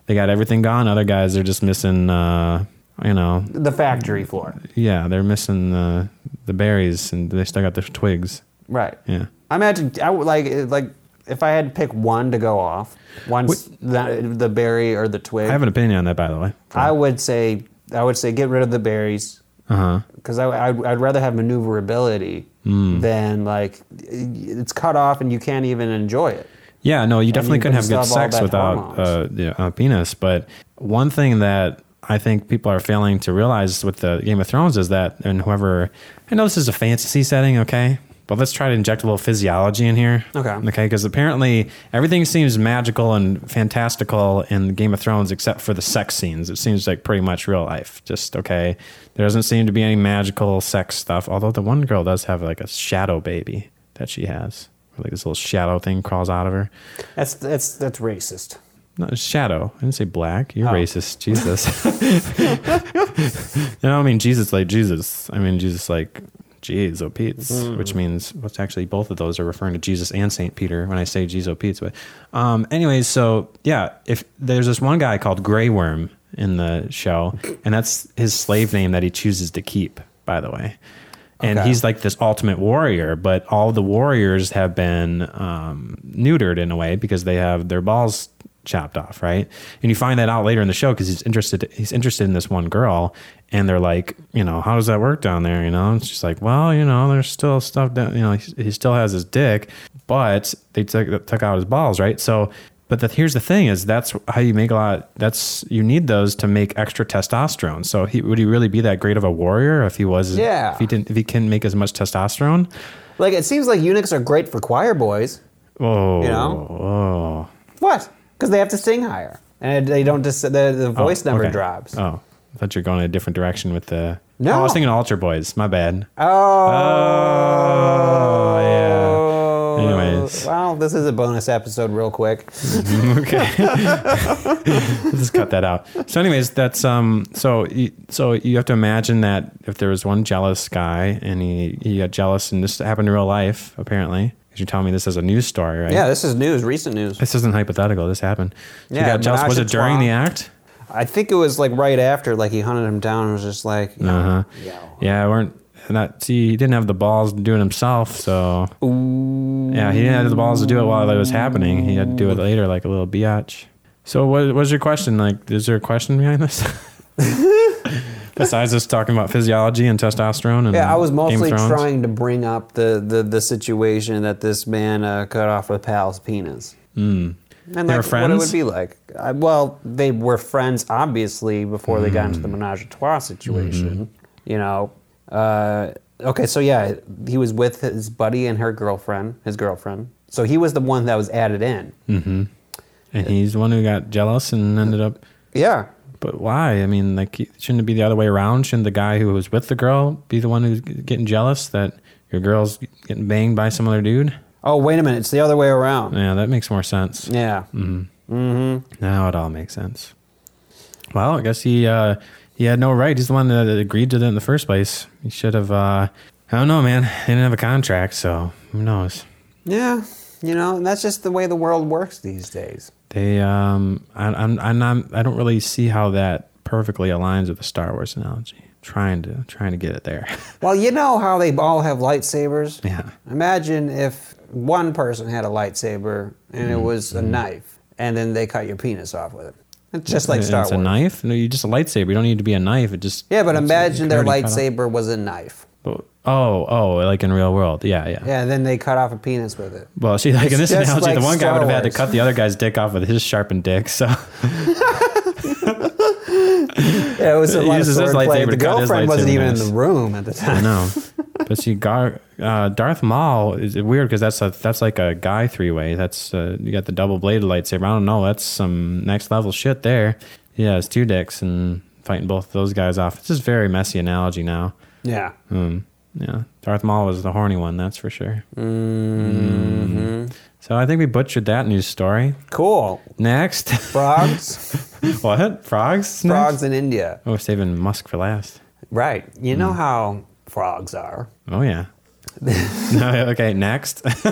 A: they got everything gone. Other guys, they're just missing. Uh, you know,
B: The factory floor,
A: yeah, they're missing the the berries, and they still got the twigs.
B: right?
A: Yeah.
B: I imagine I would like like if I had to pick one to go off, one's the, the berry or the twig.
A: I have an opinion on that, by the way.
B: I would say I would say get rid of the berries
A: Uh huh.
B: because I, I'd, I'd rather have maneuverability
A: Hmm.
B: than like it's cut off and you can't even enjoy it.
A: Yeah, no, you definitely
B: you
A: couldn't have
B: still
A: good
B: have all
A: sex
B: that
A: without uh,
B: hormones.
A: yeah, a penis. But one thing that I think people are failing to realize with the Game of Thrones is that, and whoever, I know this is a fantasy setting, okay, but let's try to inject a little physiology in here,
B: Okay.
A: okay, because apparently everything seems magical and fantastical in Game of Thrones except for the sex scenes. It seems like pretty much real life, just okay. There doesn't seem to be any magical sex stuff, although the one girl does have like a shadow baby that she has. Like this little shadow thing crawls out of her.
B: That's that's that's racist.
A: No, it's shadow. I didn't say black. You're racist, Jesus. no, I mean Jesus like Jesus. I mean Jesus like Jesus oh Pete's, which means what's actually both of those are referring to Jesus and Saint Peter when I say Jesus oh Pete's. But um, anyways, so yeah, if there's this one guy called Grey Worm in the show, and that's his slave name that he chooses to keep. By the way. And
B: Okay.
A: he's like this ultimate warrior, but all the warriors have been um, neutered in a way because they have their balls chopped off, right? And you find that out later in the show because he's interested. He's interested in this one girl, and they're like, you know, how does that work down there? You know, and she's like, well, you know, there's still stuff down. You know, he, he still has his dick, but they took took out his balls, right? So. But the, here's the thing: is that's how you make a lot. That's you need those to make extra testosterone. So he, would he really be that great of a warrior if he was?
B: Yeah.
A: If he didn't, if he couldn't make as much testosterone.
B: Like it seems like eunuchs are great for choir boys.
A: Oh.
B: You know?
A: Oh.
B: What? Because they have to sing higher and they don't just the, the voice
A: Oh,
B: number
A: okay.
B: drops.
A: Oh, I thought you were going a different direction with the.
B: No.
A: Oh, I was thinking Altar Boys. My bad.
B: Oh,
A: Oh, yeah. Anyways.
B: Well, this is a bonus episode, real quick.
A: okay. Let's just cut that out. So, anyways, that's um. So, you, so you have to imagine that if there was one jealous guy and he he got jealous and this happened in real life, apparently, Because you're telling me this is a news story, right?
B: Yeah, this is news, recent news.
A: This isn't hypothetical. This happened. So you
B: Yeah,
A: got joust- Was
B: Menashe
A: it during the
B: Twa.
A: act?
B: I think it was like right after, like he hunted him down and was just like,
A: Uh huh.
B: Yeah.
A: Yeah, weren't not see. He didn't have the balls to do it himself. So yeah, he didn't have the balls to do it while it was happening. He had to do it later, like a little biatch. So what was your question? Like, is there a question behind this? Besides us talking about physiology and testosterone and
B: Yeah, I was
A: Game of
B: mostly
A: Thrones?
B: trying to bring up the, the, the situation that this man uh, cut off with pal's penis. Mm. And
A: Hmm. They
B: like,
A: were
B: what it
A: friends?
B: would be like. I, well, they were friends, obviously, before they got into
A: Hmm.
B: the menage a trois situation.
A: Mm-hmm.
B: You know, uh, okay, so yeah, he was with his buddy and her girlfriend, his girlfriend. So he was the one that was added in.
A: Hmm. and he's the one who got jealous and ended up.
B: Yeah.
A: But why? I mean, like, shouldn't it be the other way around? Shouldn't the guy who was with the girl be the one who's getting jealous that your girl's getting banged by some other dude?
B: Oh, wait a minute, it's the other way around.
A: Yeah, Mm-hmm. that makes more sense.
B: Yeah.
A: Now it all makes sense. Well, I guess he uh, he had no right. He's the one that agreed to that in the first place. He should have. Uh, I don't know, man. They didn't have a contract, so who knows?
B: Yeah. You know, and that's just the way the world works these days.
A: They. Um, I, I'm. I'm not. I don't really see how that perfectly aligns with the Star Wars analogy. Trying to trying to get it there.
B: Well, you know how they all have lightsabers?
A: Yeah.
B: Imagine if one person had a lightsaber and it was a knife, and then they cut your penis off with it. It's just like
A: And
B: Star
A: it's a
B: Wars.
A: knife. No, you just a lightsaber. You don't need to be a knife. It just.
B: Yeah, but
A: it's-
B: imagine
A: it
B: their
A: can already cut
B: lightsaber was a knife.
A: off- Oh, oh, like in real world. Yeah, yeah.
B: Yeah, and then they cut off a penis with it.
A: Well, see, like in this
B: It's just
A: analogy,
B: like
A: the one guy
B: Star
A: would have had to
B: Wars.
A: cut the other guy's dick off with his sharpened dick. So
B: Yeah, it was a
A: He
B: lot of
A: uses his
B: swordplay.
A: lightsaber
B: The
A: to cut his
B: girlfriend wasn't
A: lightsaber
B: even in
A: to
B: the
A: us.
B: room at the
A: I
B: time.
A: know, but see, Gar, uh, Darth Maul is weird because that's a, that's like a guy three way. That's uh, you got the double bladed lightsaber. I don't know. That's some next level shit there. Yeah, it's two dicks and fighting both those guys off. It's just very messy analogy now.
B: Yeah.
A: Mm, yeah, Darth Maul was the horny one, that's for sure. Mm-hmm.
B: Mm-hmm.
A: So I think we butchered that news story.
B: Cool.
A: Next,
B: Frogs.
A: what frogs? next?
B: frogs in India.
A: Oh, we're saving Musk for last.
B: Right. You know how frogs are.
A: Oh yeah. no, okay, next.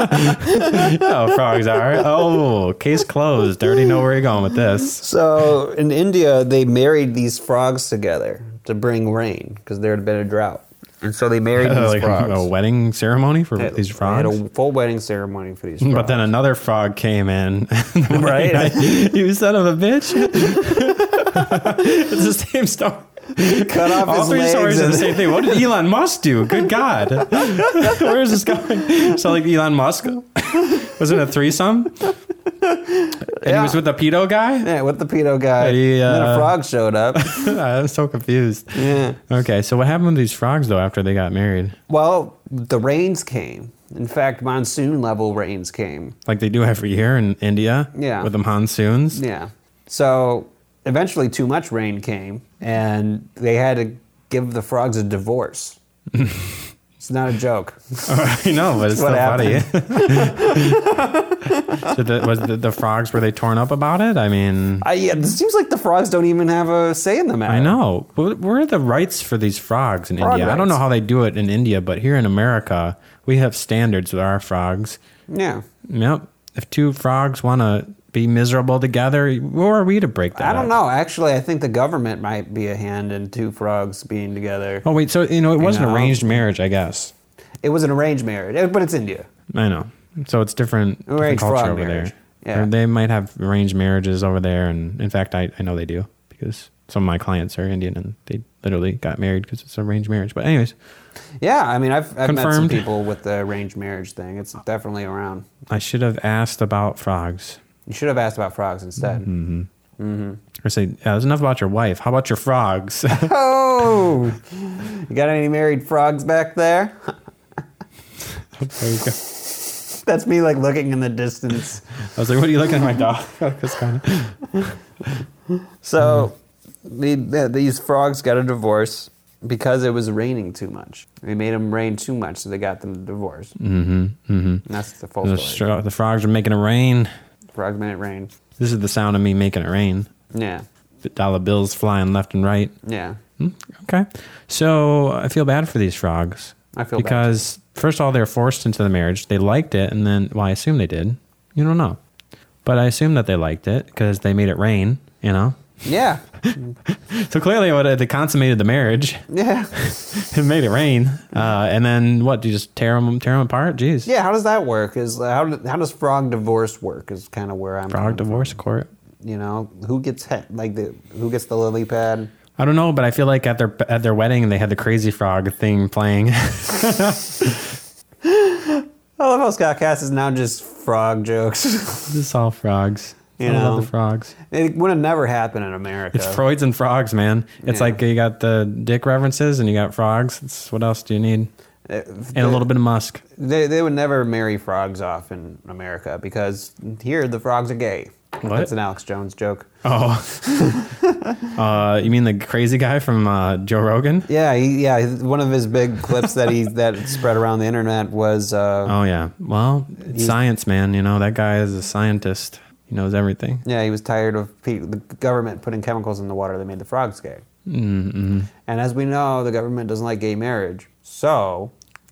A: oh, frogs are. Oh, case closed. I already know where you're going with this.
B: So in India, they married these frogs together to bring rain because there had been a drought, and so they married these
A: Oh, like
B: frogs.
A: a wedding ceremony for these
B: They
A: frogs.
B: had a full wedding ceremony for these.
A: But
B: frogs.
A: then another frog came in.
B: Right.
A: you son of a bitch. it's the same story.
B: cut off
A: All
B: his
A: three
B: legs.
A: stories are
B: and-
A: the same thing. What did Elon Musk do? Good God. Where is this going? So, like, Elon Musk was in a threesome and he
B: Yeah.
A: was with the pedo guy?
B: yeah, with the pedo guy.
A: He,
B: and then a
A: uh,
B: frog showed up.
A: Ah, I'm so confused.
B: yeah.
A: Okay, so what happened with these frogs, though, after they got married?
B: Well, the rains came. In fact, monsoon level rains came.
A: Like they do every year in India
B: Yeah.
A: with the monsoons.
B: Yeah. So eventually, too much rain came, and they had to give the frogs a divorce. it's not a joke.
A: I know, but it's
B: What
A: so funny. so the, was the, the frogs were they torn up about it? I mean,
B: I, yeah, it seems like the frogs don't even have a say in the matter.
A: I know. But where are the rights for these frogs in
B: Frog
A: India? I don't know
B: rights.
A: how they do it in India, but here in America, we have standards with our frogs.
B: Yeah.
A: Yep. If two frogs want to be miserable together, who are we to break that?
B: I don't
A: up?
B: know. Actually, I think the government might be a hand in two frogs being together.
A: Oh wait, so you know it was an
B: know.
A: arranged marriage, I guess.
B: It was an arranged marriage, eh, but it's India.
A: I know. So it's different, different
B: Arranged
A: culture
B: frog
A: over
B: marriage.
A: there.
B: Yeah.
A: Or They might have arranged marriages over there, and in fact, I, I know they do because some of my clients are Indian and they literally got married because it's arranged marriage. But anyways,
B: Yeah, I mean, I've, I've met some
A: Confirmed.
B: people with the arranged marriage thing. It's definitely around.
A: I should have asked about frogs.
B: You should have asked about frogs instead.
A: Mm-hmm. Or say, yeah, that's enough about your wife. How about your frogs?
B: Oh, you got any married frogs back there?
A: there you go.
B: That's me like looking in the distance.
A: I was like, what are you looking at my dog? That's kind of
B: So
A: Mm-hmm.
B: the, the, these frogs got a divorce because it was raining too much. They made them rain too much, so they got them a divorce.
A: Mm.
B: Mm-hmm. Mm-hmm. That's the full
A: the,
B: story.
A: stro- the frogs are making it rain.
B: Frogs made it rain.
A: This is the sound of me making it rain.
B: Yeah,
A: The dollar bills flying left and right.
B: yeah.
A: Okay. So I feel bad for these frogs.
B: I feel bad.
A: because first of all, they're forced into the marriage. They liked it, and then well, I assume they did. You don't know, but I assume that they liked it because they made it rain. You know,
B: Yeah.
A: so clearly, what they consummated the marriage
B: Yeah.
A: and made it rain. Uh, and then what? Do you just tear them tear them apart? Jeez,
B: Yeah. How does that work? Is how, do- how does frog divorce work? Is kind of where I'm.
A: frog
B: coming from.
A: divorce court.
B: You know who gets he- like the who gets the lily pad.
A: I don't know, but I feel like at their at their wedding they had the crazy frog thing playing.
B: I love how Scott Cass is now just frog jokes.
A: It's all frogs.
B: You
A: I love
B: know.
A: the frogs.
B: it would have never happened in America.
A: It's Freud's and frogs, man. It's
B: Yeah.
A: like you got the dick references and you got frogs. It's, what else do you need?
B: Uh,
A: And a little bit of musk.
B: They, they would never marry frogs off in America because here the frogs are gay.
A: What?
B: That's an Alex Jones joke.
A: Oh, uh, you mean the crazy guy from uh, Joe Rogan?
B: Yeah, he, yeah. his- One of his big clips that he that spread around the internet was uh,
A: Oh yeah. Well, it's science, man. You know that guy is a scientist. He knows everything.
B: yeah, he was tired of pe- the government putting chemicals in the water that made the frogs gay. mm
A: Mm-hmm.
B: And as we know, the government doesn't like gay marriage, so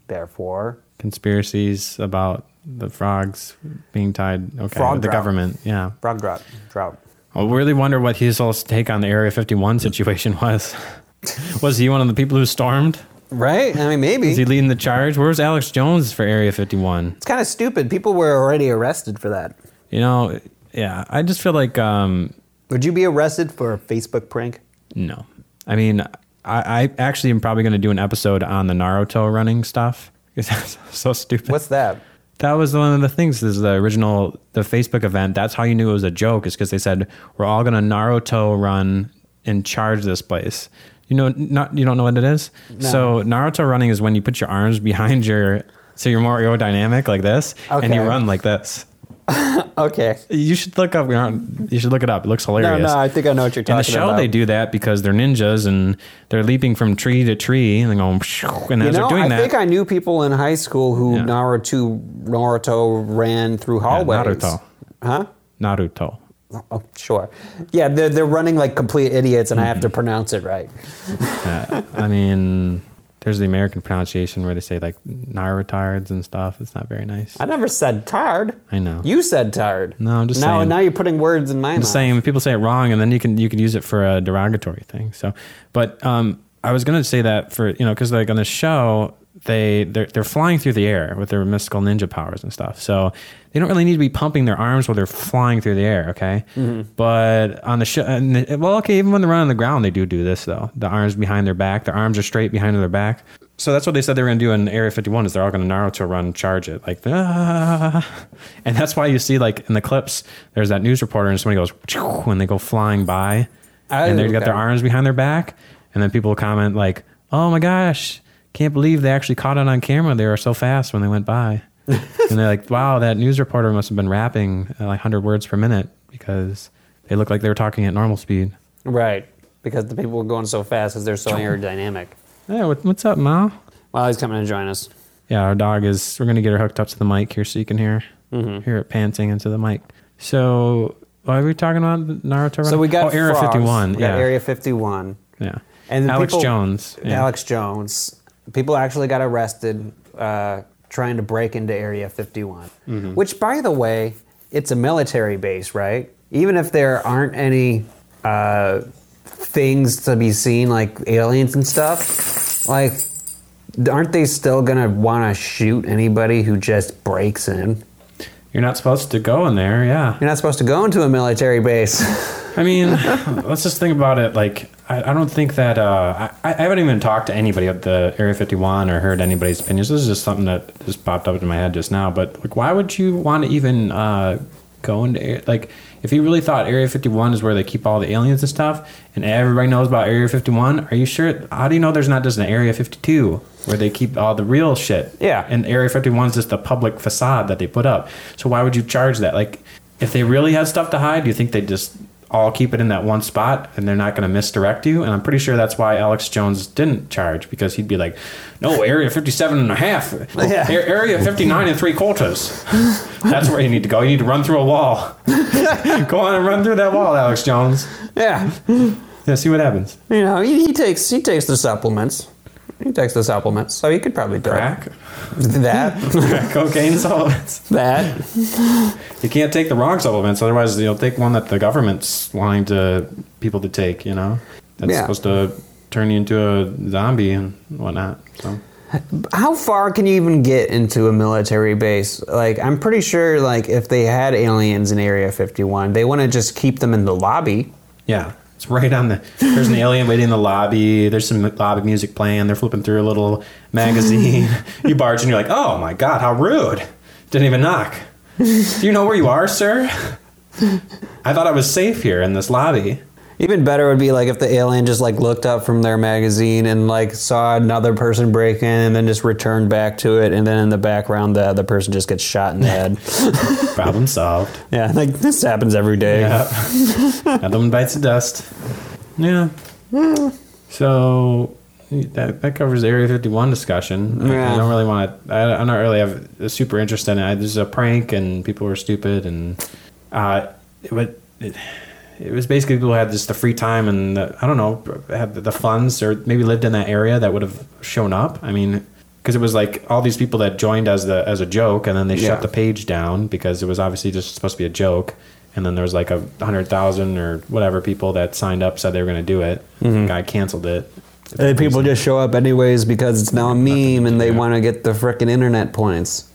B: therefore,
A: Conspiracies about the frogs being tied. Okay,
B: Frog
A: with the
B: drought.
A: government. Yeah.
B: frog drought drought.
A: I really wonder what his whole take on the Area 51 situation was. was he one of the people who stormed?
B: Right? I mean, maybe.
A: Is he leading the charge? Where's Alex Jones for Area 51?
B: it's kind of stupid. People were already arrested for that.
A: You know, yeah, I just feel like, um,
B: Would you be arrested for a Facebook prank?
A: no. I mean, I, I actually am probably going to do an episode on the Naruto running stuff. 'cause That's so stupid.
B: What's that?
A: That was one of the things. This is the original the Facebook event. That's how you knew it was a joke, is because they said we're all gonna Naruto run and charge this place. You know, not you don't know what it is. So Naruto running is when you put your arms behind your so you're more aerodynamic like this, and you
B: Okay.
A: run like this.
B: Okay.
A: You should look up. You should look it up. It looks
B: No,
A: hilarious.
B: no, I think I know what you're
A: In
B: talking
A: the show,
B: about.
A: they do that because they're ninjas and they're leaping from tree to tree and they're going. And
B: You
A: as
B: know,
A: they're doing
B: I
A: that,
B: think I knew people in high school who
A: Yeah.
B: Naruto Naruto ran through hallways.
A: Naruto.
B: Huh?
A: Naruto.
B: Oh, sure. Yeah, they're, they're running like complete idiots, and I
A: Mm-hmm.
B: have to pronounce it right.
A: Uh, I mean, there's the American pronunciation where they say like Narutards and stuff. It's not very nice.
B: I never said tired.
A: I know.
B: You said tired.
A: No, I'm just
B: now,
A: saying.
B: Now you're putting words in my mouth.
A: I'm saying if people say it wrong, and then you can you can use it for a derogatory thing. So, but um, I was gonna say that for you know because like on the show they they're, they're flying through the air with their mystical ninja powers and stuff. So they don't really need to be pumping their arms while they're flying through the air. Okay, but on the show, and the- well, okay, even when they're on the ground, they do do this though. The arms behind their back, their arms are straight behind their back. So that's what they said they were going to do in Area 51 is they're all going to Naruto run, charge it like, ah. and that's why you see like in the clips, there's that news reporter and somebody goes when they go flying by, and they've got their
B: okay.
A: arms behind their back, and then people comment like, oh my gosh, can't believe they actually caught it on camera. They were so fast when they went by, and they're like, wow, that news reporter must have been rapping uh, like 100 words per minute because they look like they were talking at normal speed.
B: Right. Because the people were going so fast because they're so aerodynamic.
A: Hey, what, what's up, Ma?
B: Well, he's coming to join us.
A: Yeah, our dog is. We're gonna get her hooked up to the mic here so you can hear
B: Mm-hmm.
A: hear it panting into the mic. So, why are we talking about Naruto?
B: So we got
A: oh, Area
B: frogs.
A: Fifty One.
B: We got
A: Yeah,
B: Area 51.
A: yeah.
B: And
A: And
B: the
A: Alex
B: people-
A: Jones. Yeah.
B: Alex Jones. People actually got arrested uh, trying to break into Area 51,
A: Mm-hmm.
B: which, by the way, it's a military base, right? Even if there aren't any uh, things to be seen, like aliens and stuff, like, aren't they still gonna want to shoot anybody who just breaks in?
A: You're not supposed to go in there. Yeah.
B: You're not supposed to go into a military base.
A: I mean, let's just think about it. Like, I, I don't think that uh, I, I haven't even talked to anybody at the Area 51 or heard anybody's opinions. This is just something that just popped up in my head just now. But like, why would you want to even uh, go into Ar- like if you really thought Area 51 is where they keep all the aliens and stuff, and everybody knows about Area 51? Are you sure? How do you know there's not just an Area 52 where they keep all the real shit?
B: Yeah.
A: and Area 51 is just the public facade that they put up. So why would you charge that? Like, if they really had stuff to hide, do you think they just all keep it in that one spot and they're not going to misdirect you? And I'm pretty sure that's why Alex Jones didn't charge because he'd be like, no, Area 57 and a half,
B: Yeah.
A: A- Area 59 and three quarters. That's where you need to go. You need to run through a wall. go on and run through that wall, Alex Jones.
B: yeah,
A: Yeah, see what happens.
B: you know, he, he takes he takes the supplements. He takes the supplements, so he could probably do
A: Crack,
B: it. That,
A: crack cocaine supplements.
B: that.
A: You can't take the wrong supplements, otherwise you'll take one that the government's lying to people to take. You know, that's
B: Yeah.
A: supposed to turn you into a zombie and whatnot. So
B: How far can you even get into a military base? Like, I'm pretty sure, like, if they had aliens in Area 51, they wouldn't just keep them in the lobby.
A: yeah, it's right on the. There's an alien waiting in the lobby. There's some lobby music playing. They're flipping through a little magazine. you barge in, you're like, oh my god, how rude! Didn't even knock. Do you know where you are, sir? I thought I was safe here in this lobby.
B: Even better would be like if the alien just like looked up from their magazine and like saw another person break in and then just returned back to it and then in the background the other person just gets shot in the head.
A: Problem solved.
B: yeah, like this happens every day.
A: Yeah. Another one bites the dust. Yeah. So that that covers the Area 51 discussion. I- I,
B: Yeah.
A: don't really want to. I, I'm not really have a super interest in it. I, this is a prank, and people were stupid, and uh, it, would- it, it was basically people had just the free time and the, I don't know had the, the funds or maybe lived in that area that would have shown up. I mean. Because it was like all these people that joined as the as a joke, and then they
B: Yeah.
A: shut the page down because it was obviously just supposed to be a joke. And then there was like a hundred thousand or whatever people that signed up said they were going to do it. Guy canceled it.
B: And people just show up anyways because it's now a meme and they want to get the frickin' internet points.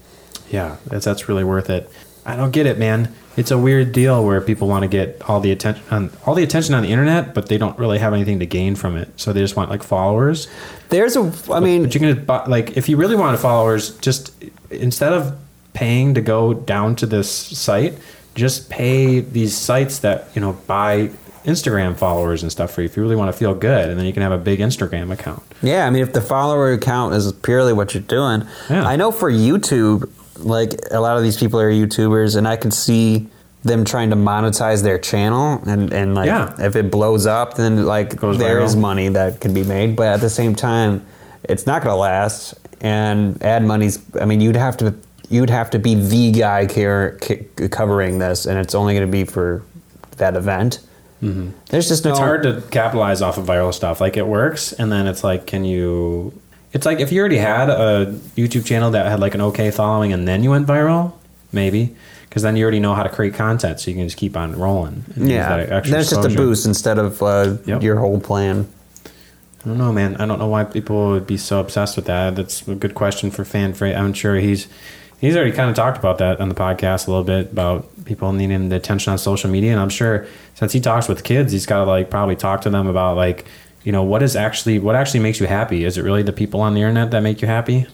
A: Yeah, that's that's really worth it. I don't get it, man. It's a weird deal where people want to get all the attention on all the attention on the internet, but they don't really have anything to gain from it. So they just want like followers.
B: There's a, I mean,
A: But you can buy, like if you really wanted followers, just instead of paying to go down to this site, just pay these sites that you know buy Instagram followers and stuff for you. If you really want to feel good, and then you can have a big Instagram account.
B: Yeah, I mean, if the follower count is purely what you're doing,
A: Yeah.
B: I know for YouTube, like a lot of these people are YouTubers, and I can see them trying to monetize their channel, and and like
A: Yeah.
B: if it blows up, then like
A: Goes
B: there is
A: viral.
B: money that can be made, but at the same time, it's not going to last. And ad money's, I mean, you'd have to you'd have to be the guy care, c- covering this, and it's only going to be for that event. Mm-hmm. There's just no
A: It's hard to capitalize off of viral stuff. Like it works, and then it's like, can you? It's like if you already had a YouTube channel that had like an okay following, and then you went viral, maybe because then you already know how to create content, so you can just keep on rolling. and use
B: Yeah,
A: that extra
B: that's just a
A: exposure.
B: boost instead of uh,
A: Yep.
B: your whole plan.
A: I don't know, man. I don't know why people would be so obsessed with that. That's a good question for fan Freight. I'm sure he's he's already kind of talked about that on the podcast a little bit about people needing the attention on social media. And I'm sure since he talks with kids, he's got to like probably talk to them about like you know what is actually what actually makes you happy. Is it really the people on the internet that make you happy?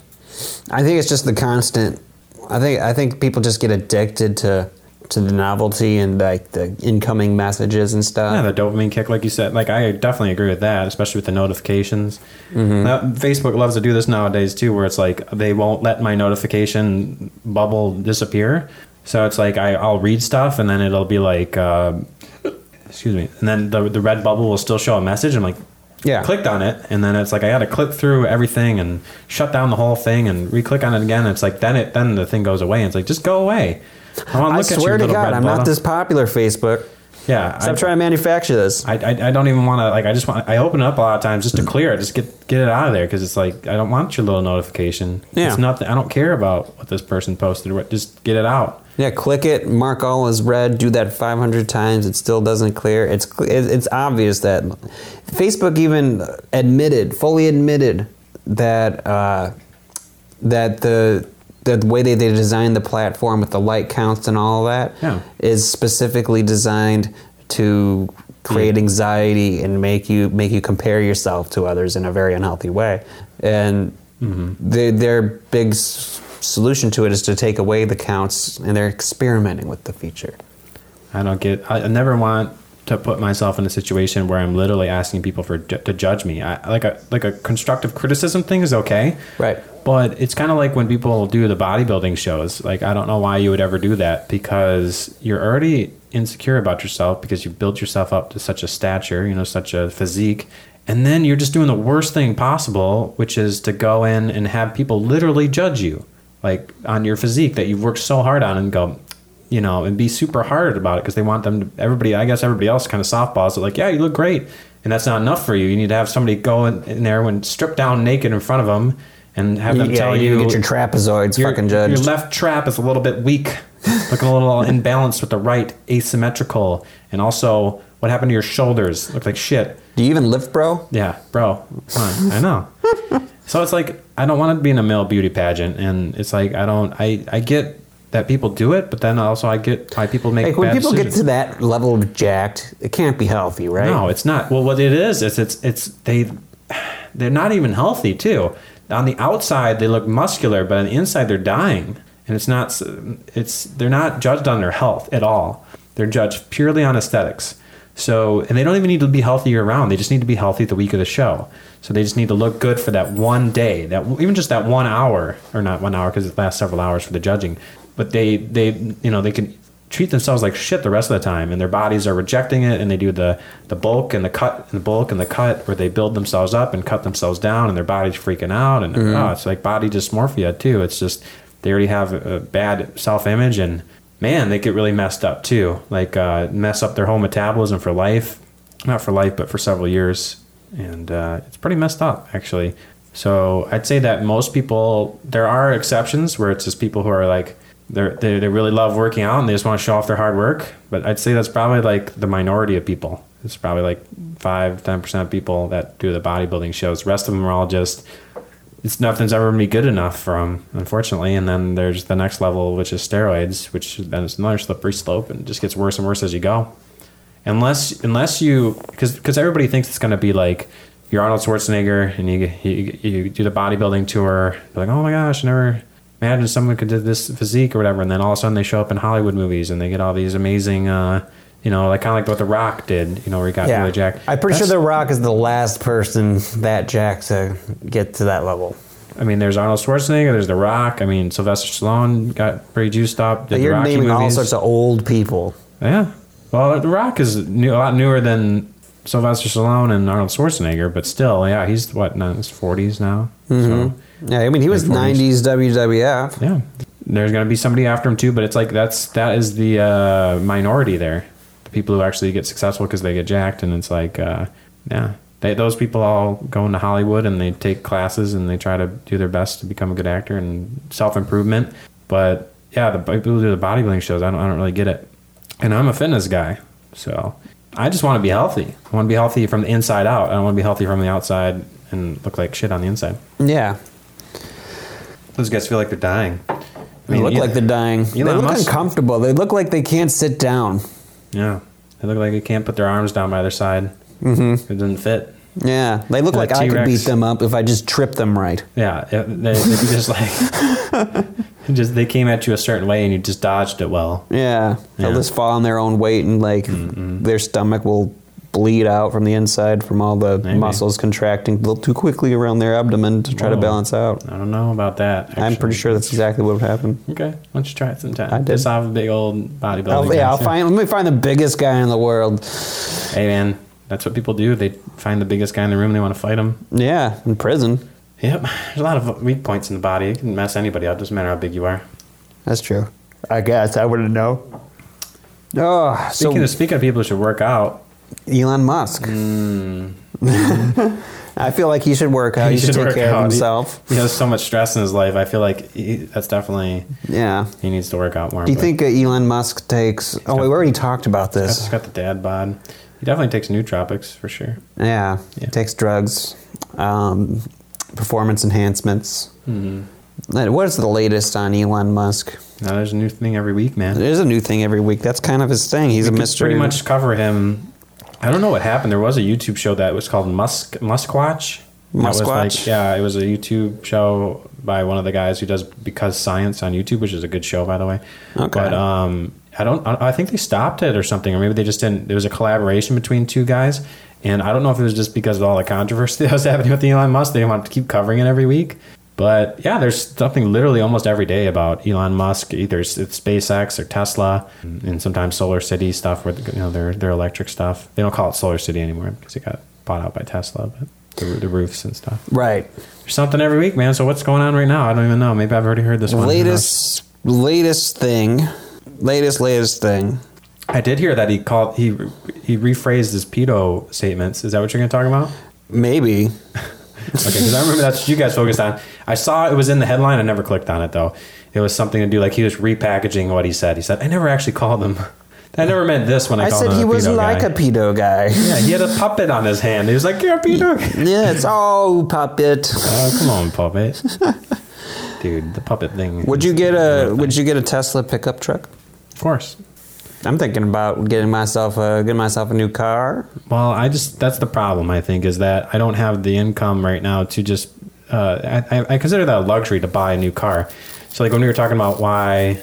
B: I think it's just the constant. I think I think people just get addicted to to the novelty and like the incoming messages and stuff.
A: Yeah, the dopamine kick, like you said. Like I definitely agree with that, especially with the notifications.
B: Mm-hmm.
A: Now, Facebook loves to do this nowadays too, where it's like they won't let my notification bubble disappear. So it's like I, I'll read stuff, and then it'll be like, uh, excuse me, and then the the red bubble will still show a message. I'm like,
B: Yeah.
A: clicked on it, and then it's like I got to click through everything and shut down the whole thing and re-click on it again. It's like then it then the thing goes away. And it's like just go away. I, wanna
B: I
A: look at
B: swear
A: you,
B: to
A: little
B: God,
A: red
B: I'm
A: bubble.
B: not this popular. Facebook,
A: Yeah,
B: stop
A: I-
B: trying to manufacture this.
A: I, I, I don't even want to like I just want I open it up a lot of times just to clear it just get get it out of there because it's like I don't want your little notification
B: Yeah.
A: it's nothing I don't care about what this person posted what just get it out
B: yeah, click it, mark all as red, do that 500 times. It still doesn't clear. It's cl- it- it's obvious that Facebook even admitted, fully admitted that. Uh, that the the way that they designed the platform with the like counts and all that is
A: Yeah.
B: specifically designed to create anxiety and make you make you compare yourself to others in a very unhealthy way. And
A: Mm-hmm.
B: the, their big s- solution to it is to take away the counts, and they're experimenting with the feature.
A: I don't get I, I never want to put myself in a situation where I'm literally asking people for ju- to judge me I, like a like a constructive criticism thing is okay
B: Right.
A: But it's kind of like when people do the bodybuilding shows. Like, I don't know why you would ever do that because you're already insecure about yourself because you built yourself up to such a stature, you know, such a physique. And then you're just doing the worst thing possible, which is to go in and have people literally judge you, like on your physique that you've worked so hard on and go, you know, and be super hard about it because they want them to, everybody, I guess everybody else kind of softballs it, like, yeah, you look great. and that's not enough for you. You need to have somebody go in, in there when stripped down naked in front of them and have them
B: yeah,
A: tell
B: you,
A: you
B: get your trapezoids
A: your-
B: fucking judged.
A: Your left trap is a little bit weak, looking a little imbalanced with the right, asymmetrical, and also what happened to your shoulders? Look like shit.
B: Do you even lift, bro?
A: Yeah, bro. Come on. I know. So it's like I don't want to be in a male beauty pageant, and it's like I don't. I I get that people do it, but then also I get why people make.
B: Like when
A: bad
B: people
A: decisions.
B: get to that level of jacked, it can't be healthy, right?
A: No, it's not. Well, what it is is it's it's they they're not even healthy too. On the outside they look muscular, but on the inside they're dying, and it's not. s- It's they're not judged on their health at all. They're judged purely on aesthetics. So, and they don't even need to be healthy year round. They just need to be healthy the week of the show. So they just need to look good for that one day, that even just that one hour, or not one hour because it lasts several hours for the judging. But they, they, you know, they can treat themselves like shit the rest of the time and their bodies are rejecting it and they do the the bulk and the cut and the bulk and the cut where they build themselves up and cut themselves down and their body's freaking out and oh, it's like body dysmorphia too it's just they already have a bad self-image and man they get really messed up too like uh, mess up their whole metabolism for life not for life but for several years and uh, it's pretty messed up actually so i'd say that most people there are exceptions where it's just people who are like they're, they they really love working out and they just want to show off their hard work. But I'd say that's probably like the minority of people. It's probably like five, ten percent of people that do the bodybuilding shows. The rest of them are all just it's nothing's ever gonna be good enough for them, unfortunately. And then there's the next level, which is steroids, which then is another slippery slope and it just gets worse and worse as you go. Unless unless you because because everybody thinks it's gonna be like. You're Arnold Schwarzenegger, and you, you you do the bodybuilding tour. You're like, oh my gosh, I never imagine someone could do this physique or whatever, and then all of a sudden they show up in Hollywood movies and they get all these amazing, uh, you know, like kind of like what The Rock did, you know, where he got really jacked.
B: I'm pretty sure
A: That's-
B: The Rock is the last person that jacked to get to that level.
A: I mean, there's Arnold Schwarzenegger, there's The Rock. I mean, Sylvester Stallone got pretty juiced up. Did
B: But
A: the
B: you're
A: Rocky
B: naming all
A: movies.
B: sorts of old people.
A: Yeah. Well, The Rock is new, a lot newer than Sylvester Stallone and Arnold Schwarzenegger, but still, yeah, he's what in his 40s now. So
B: Yeah, I mean, he was
A: Like forties.
B: 90s WWF.
A: yeah, there's gonna be somebody after him too, but it's like that's that is the uh, minority there, the people who actually get successful because they get jacked, and it's like, uh, yeah, they, those people all go into Hollywood and they take classes and they try to do their best to become a good actor and self improvement. But yeah, the people who do the bodybuilding shows, I don't, I don't really get it. And I'm a fitness guy, so I just want to be healthy. I want to be healthy from the inside out. I don't want to be healthy from the outside and look like shit on the inside.
B: Yeah.
A: Those guys feel like they're dying. I
B: They
A: mean,
B: look
A: yeah.
B: like they're dying. they
A: Elon
B: look
A: Musk-
B: uncomfortable. They look like they can't sit down.
A: Yeah. They look like they can't put their arms down by their side. Mm-hmm. It doesn't fit.
B: Yeah. They look
A: The
B: like I could
A: Uh, T-Rex.
B: beat them up if I just tripped them right.
A: Yeah. it- they, they just like, just they came at you a certain way and you just dodged it well.
B: Yeah. They'll
A: Yeah.
B: just fall on their own weight and like their stomach will bleed out from the inside from all the
A: Maybe.
B: muscles contracting a little too quickly around their abdomen to try to
A: Whoa.
B: balance out.
A: I don't know about that.
B: I'm
A: actually.
B: pretty sure that's exactly what would happen.
A: Okay. Why don't you try it sometime?
B: I did.
A: Piss off a big old bodybuilder.
B: I'll, yeah, I'll find. Let me find the biggest guy in the world.
A: Hey, man. That's what people do. They find the biggest guy in the room. They want to fight him.
B: Yeah, in prison.
A: Yep. There's a lot of weak points in the body. You can mess anybody up. Doesn't matter how big you are.
B: That's true. I guess I wouldn't know. Oh,
A: Speaking
B: so
A: of speaking of people who should work out,
B: Elon Musk. I feel like he should work out. Hmm. He, should, take
A: work
B: care
A: out.
B: of
A: He-
B: himself.
A: He, has so much stress in his life. I feel like he, that's definitely
B: Yeah.
A: he needs to work out more.
B: Do you
A: but
B: think uh, Elon Musk takes? Oh, we already talked about
A: He's
B: this.
A: got the dad bod. He definitely takes nootropics for sure.
B: Yeah,
A: Yeah.
B: takes drugs, um, performance enhancements. Like, What is the latest on Elon Musk?
A: Now there's a new thing every week, man.
B: There's a new thing every week. That's kind of his thing. He's a
A: We could
B: mystery.
A: Pretty much cover him. I don't know what happened. There was a YouTube show that was called Musk Musquatch. That was
B: Musquatch?
A: like, yeah, it was a YouTube show by one of the guys who does Because Science on YouTube, which is a good show, by the way.
B: Okay.
A: But um, I don't. I I think they stopped it or something, or maybe they just didn't. There was a collaboration between two guys, and I don't know if it was just because of all the controversy that was happening with Elon Musk. They didn't want to keep covering it every week. But yeah, there's something literally almost every day about Elon Musk. Either it's it's SpaceX or Tesla, and sometimes Solar City stuff, where you know their their electric stuff. They don't call it Solar City anymore because it got bought out by Tesla, but the, the roofs and stuff.
B: right.
A: There's something every week, man. So what's going on right now? I don't even know. Maybe I've already heard this one. Who knows?
B: latest latest thing latest latest thing
A: I did hear that he called he he rephrased his pedo statements. Is that what you're going to talk about?
B: Maybe.
A: Okay, because I remember that's what you guys focused on. I saw it was in the headline. I never clicked on it though. It was something to do like he was repackaging what he said. He said, "I never actually called him. I never meant this when I,
B: I
A: called
B: said
A: him
B: he
A: a
B: was
A: pedo
B: like
A: guy.
B: a pedo guy.
A: yeah, he had a puppet on his hand. He was like, "You're a pedo." guy."
B: yeah, it's all puppet.
A: oh, come on, puppet, dude. The puppet thing.
B: Would you get a Would you get a Tesla pickup truck?
A: Of course.
B: I'm thinking about getting myself a getting myself a new car.
A: Well, I just that's the problem I think is that I don't have the income right now to just uh, I, I- I consider that a luxury to buy a new car. So like when we were talking about why,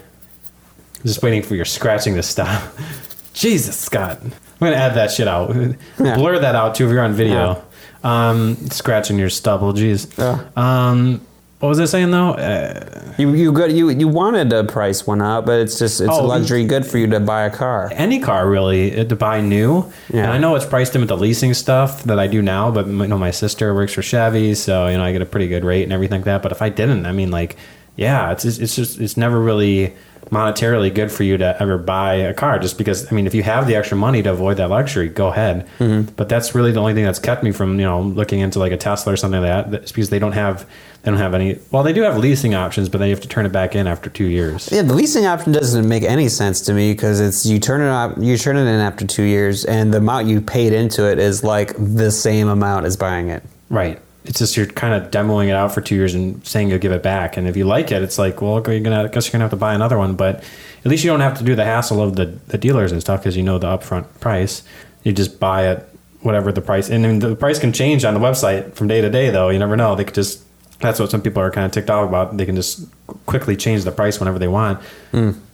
A: just waiting for your scratching to stop. Jesus, Scott, I'm gonna add that shit out.
B: Yeah.
A: Blur that out too if you're on video. Um, scratching your stubble, jeez.
B: Yeah.
A: Um, what was I saying though? Uh,
B: You you got you you wanted to price one up, but it's just it's
A: Oh,
B: a luxury good for you to buy a car.
A: any car really uh, to buy new.
B: Yeah.
A: And I know it's priced in with the leasing stuff that I do now, but you know my sister works for Chevy, so you know I get a pretty good rate and everything like that. But if I didn't, I mean like yeah, it's just, it's just it's never really monetarily good for you to ever buy a car just because I mean if you have the extra money to avoid that luxury, go ahead.
B: Mm-hmm.
A: But that's really the only thing that's kept me from, you know, looking into like a Tesla or something like that. That's because they don't have they don't have any well, they do have leasing options, but then you have to turn it back in after two years.
B: Yeah, the leasing option doesn't make any sense to me because it's you turn it up, you turn it in after two years, and the amount you paid into it is like the same amount as buying it.
A: Right. It's just you're kind of demoing it out for two years and saying you'll give it back. And if you like it, it's like, well, okay, you're gonna, I guess you're gonna have to buy another one. But at least you don't have to do the hassle of the, the dealers and stuff because you know the upfront price. You just buy it, whatever the price. And then the price can change on the website from day to day, though. You never know. They could just. That's what some people are kind of ticked off about. They can just quickly change the price whenever they want.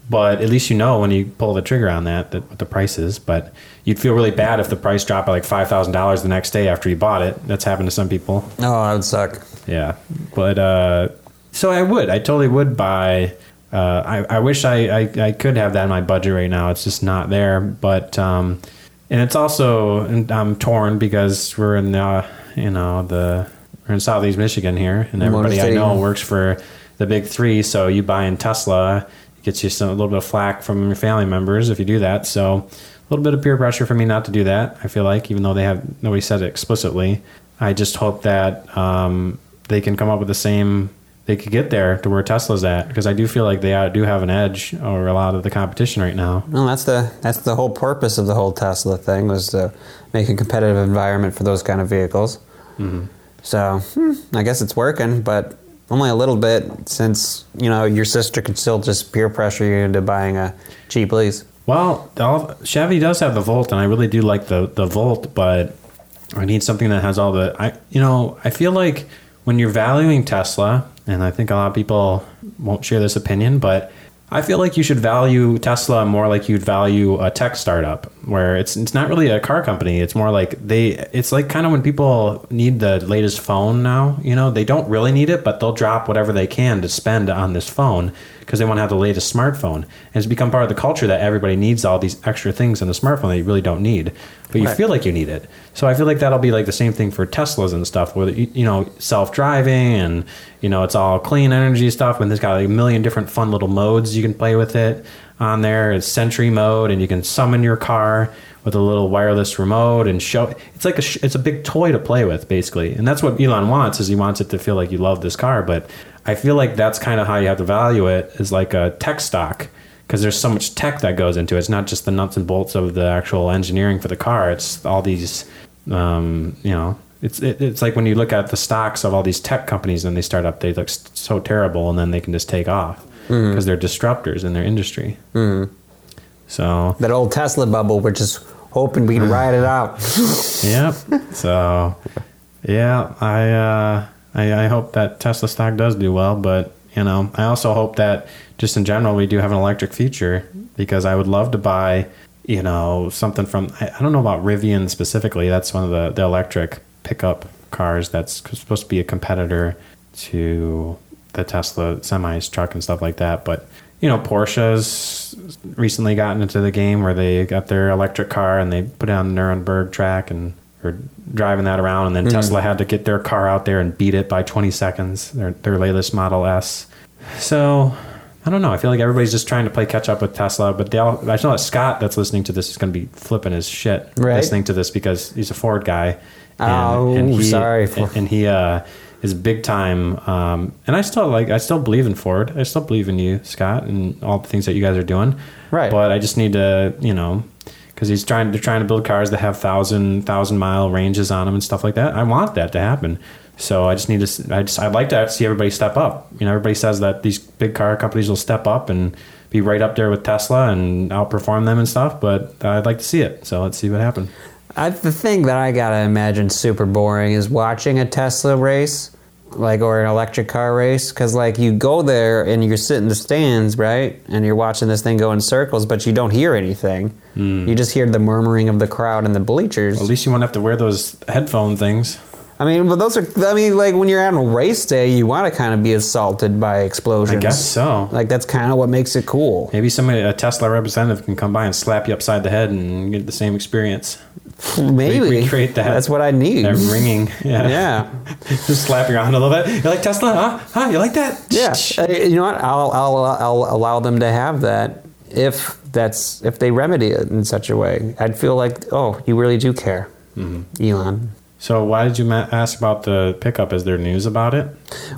A: But at least you know when you pull the trigger on that, that what the price is. But you'd feel really bad if the price dropped by like five thousand dollars the next day after you bought it. That's happened to some people.
B: Oh, that would suck.
A: Yeah, but uh, so I would, I totally would buy. Uh, I, I wish I, I, I could have that in my budget right now. It's just not there. But um, and it's also and I'm torn because we're in the you know the we're in Southeast Michigan here, and everybody I
B: City.
A: know works for the big three. So you buying Tesla gets you some a little bit of flack from your family members if you do that. So a little bit of peer pressure for me not to do that. I feel like even though they have nobody said it explicitly, I just hope that um, they can come up with the same. They could get there to where Tesla's at because I do feel like they do have an edge over a lot of the competition right now.
B: Well, that's the that's the whole purpose of the whole Tesla thing was to make a competitive environment for those kind of vehicles. Mm-hmm. So hmm, I guess it's working, but only a little bit since you know your sister could still just peer pressure you into buying a cheap lease.
A: Well, all, Chevy does have the Volt, and I really do like the the Volt, but I need something that has all the. I you know I feel like when you're valuing Tesla, and I think a lot of people won't share this opinion, but I feel like you should value Tesla more like you'd value a tech startup, where it's it's not really a car company. It's more like they. It's like kind of when people need the latest phone now. You know, they don't really need it, but they'll drop whatever they can to spend on this phone because they want to have the latest smartphone. And it's become part of the culture that everybody needs all these extra things in the smartphone that you really don't need, but you
B: Right.
A: feel like you need it. So I feel like that'll be like the same thing for Teslas and stuff, where you, you know self driving and you know it's all clean energy stuff, and there's got like a million different fun little modes you can play with it on there. It's Sentry mode, and you can summon your car with a little wireless remote and show. It's like a sh- it's a big toy to play with basically, and that's what Elon wants is he wants it to feel like you love this car, but. I feel like that's kind of how you have to value it is like a tech stock because there's so much tech that goes into it. It's not just the nuts and bolts of the actual engineering for the car. It's all these, um, you know, it's it, it's like when you look at the stocks of all these tech companies and they start up, they look s- so terrible, and then they can just take off because they're disruptors in their industry. So
B: That old Tesla bubble, we're just hoping we can ride it out.
A: yep. So yeah, I, uh, I I hope that Tesla stock does do well, but you know, I also hope that just in general we do have an electric future because I would love to buy, you know, something from I, I don't know about Rivian specifically. That's one of the the electric pickup cars that's supposed to be a competitor to the Tesla semis, truck, and stuff like that. But you know, Porsche's recently gotten into the game where they got their electric car and they put it on the Nuremberg track and are driving that around. And then
B: Hmm.
A: Tesla had to get their car out there and beat it by 20 seconds. Their their latest Model S. So I don't know. I feel like everybody's just trying to play catch up with Tesla, but they all, I know that Scott that's listening to this is going to be flipping his shit
B: Right.
A: listening to this because he's a Ford guy.
B: Oh, sorry for-
A: And, and he uh, is big time. Um, and I still like, I still believe in Ford. I still believe in you, Scott, and all the things that you guys are doing.
B: Right.
A: But I just need to, you know, because he's trying, they're trying to build cars that have thousand, thousand mile ranges on them and stuff like that. I want that to happen. So I just need to, s- I just, I'd like to see everybody step up. You know, everybody says that these big car companies will step up and be right up there with Tesla and outperform them and stuff, but I'd like to see it. So let's see what happens.
B: I, the thing that I gotta imagine super boring is watching a Tesla race, like or an electric car race, because like you go there and you're sitting in the stands, right, and you're watching this thing go in circles, but you don't hear anything.
A: Hmm.
B: You just hear the murmuring of the crowd and the bleachers.
A: At least you won't have to wear those headphone things.
B: I mean, but those are. I mean, like when you're on a race day, you want to kind of be assaulted by explosions.
A: I guess so.
B: Like that's kind of what makes it cool.
A: Maybe somebody, a Tesla representative, can come by and slap you upside the head and get the same experience.
B: Maybe
A: recreate that.
B: That's what I need.
A: That ringing, yeah,
B: Yeah.
A: just slap your hand a little bit. You're like Tesla, huh? Huh? You like that?
B: Yeah, Uh, you know what? I'll, I'll I'll allow them to have that if that's if they remedy it in such a way. I'd feel like, oh, you really do care,
A: Mm-hmm.
B: Elon.
A: So why did you ma- ask about the pickup? Is there news about it?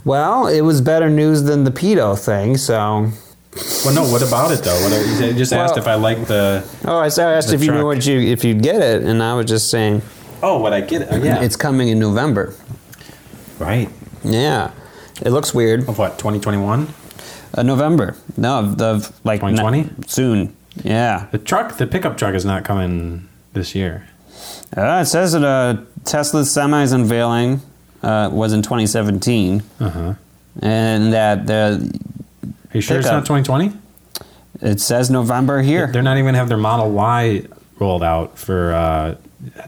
B: Well, it was better news than the pedo thing. So,
A: Well, no. What about it though? What I just asked
B: Well-
A: if I like the.
B: oh, I s- I asked
A: The
B: if you knew
A: truck.
B: what you if you'd get it, and I was just saying
A: Oh, what I get? It. Yeah,
B: it's coming in November.
A: right.
B: Yeah, it looks weird.
A: Of what? Twenty twenty one.
B: Uh, November? No, of, of like
A: 2020?
B: na- soon. Yeah,
A: The truck, the pickup truck, is not coming this year.
B: Uh, it says that uh, Tesla's semi's unveiling uh, was in 2017,
A: Uh huh. Are
B: and that the
A: you sure it's
B: Pickup.
A: not twenty twenty?
B: it says November here.
A: They're not even gonna have their Model Y rolled out for. Uh,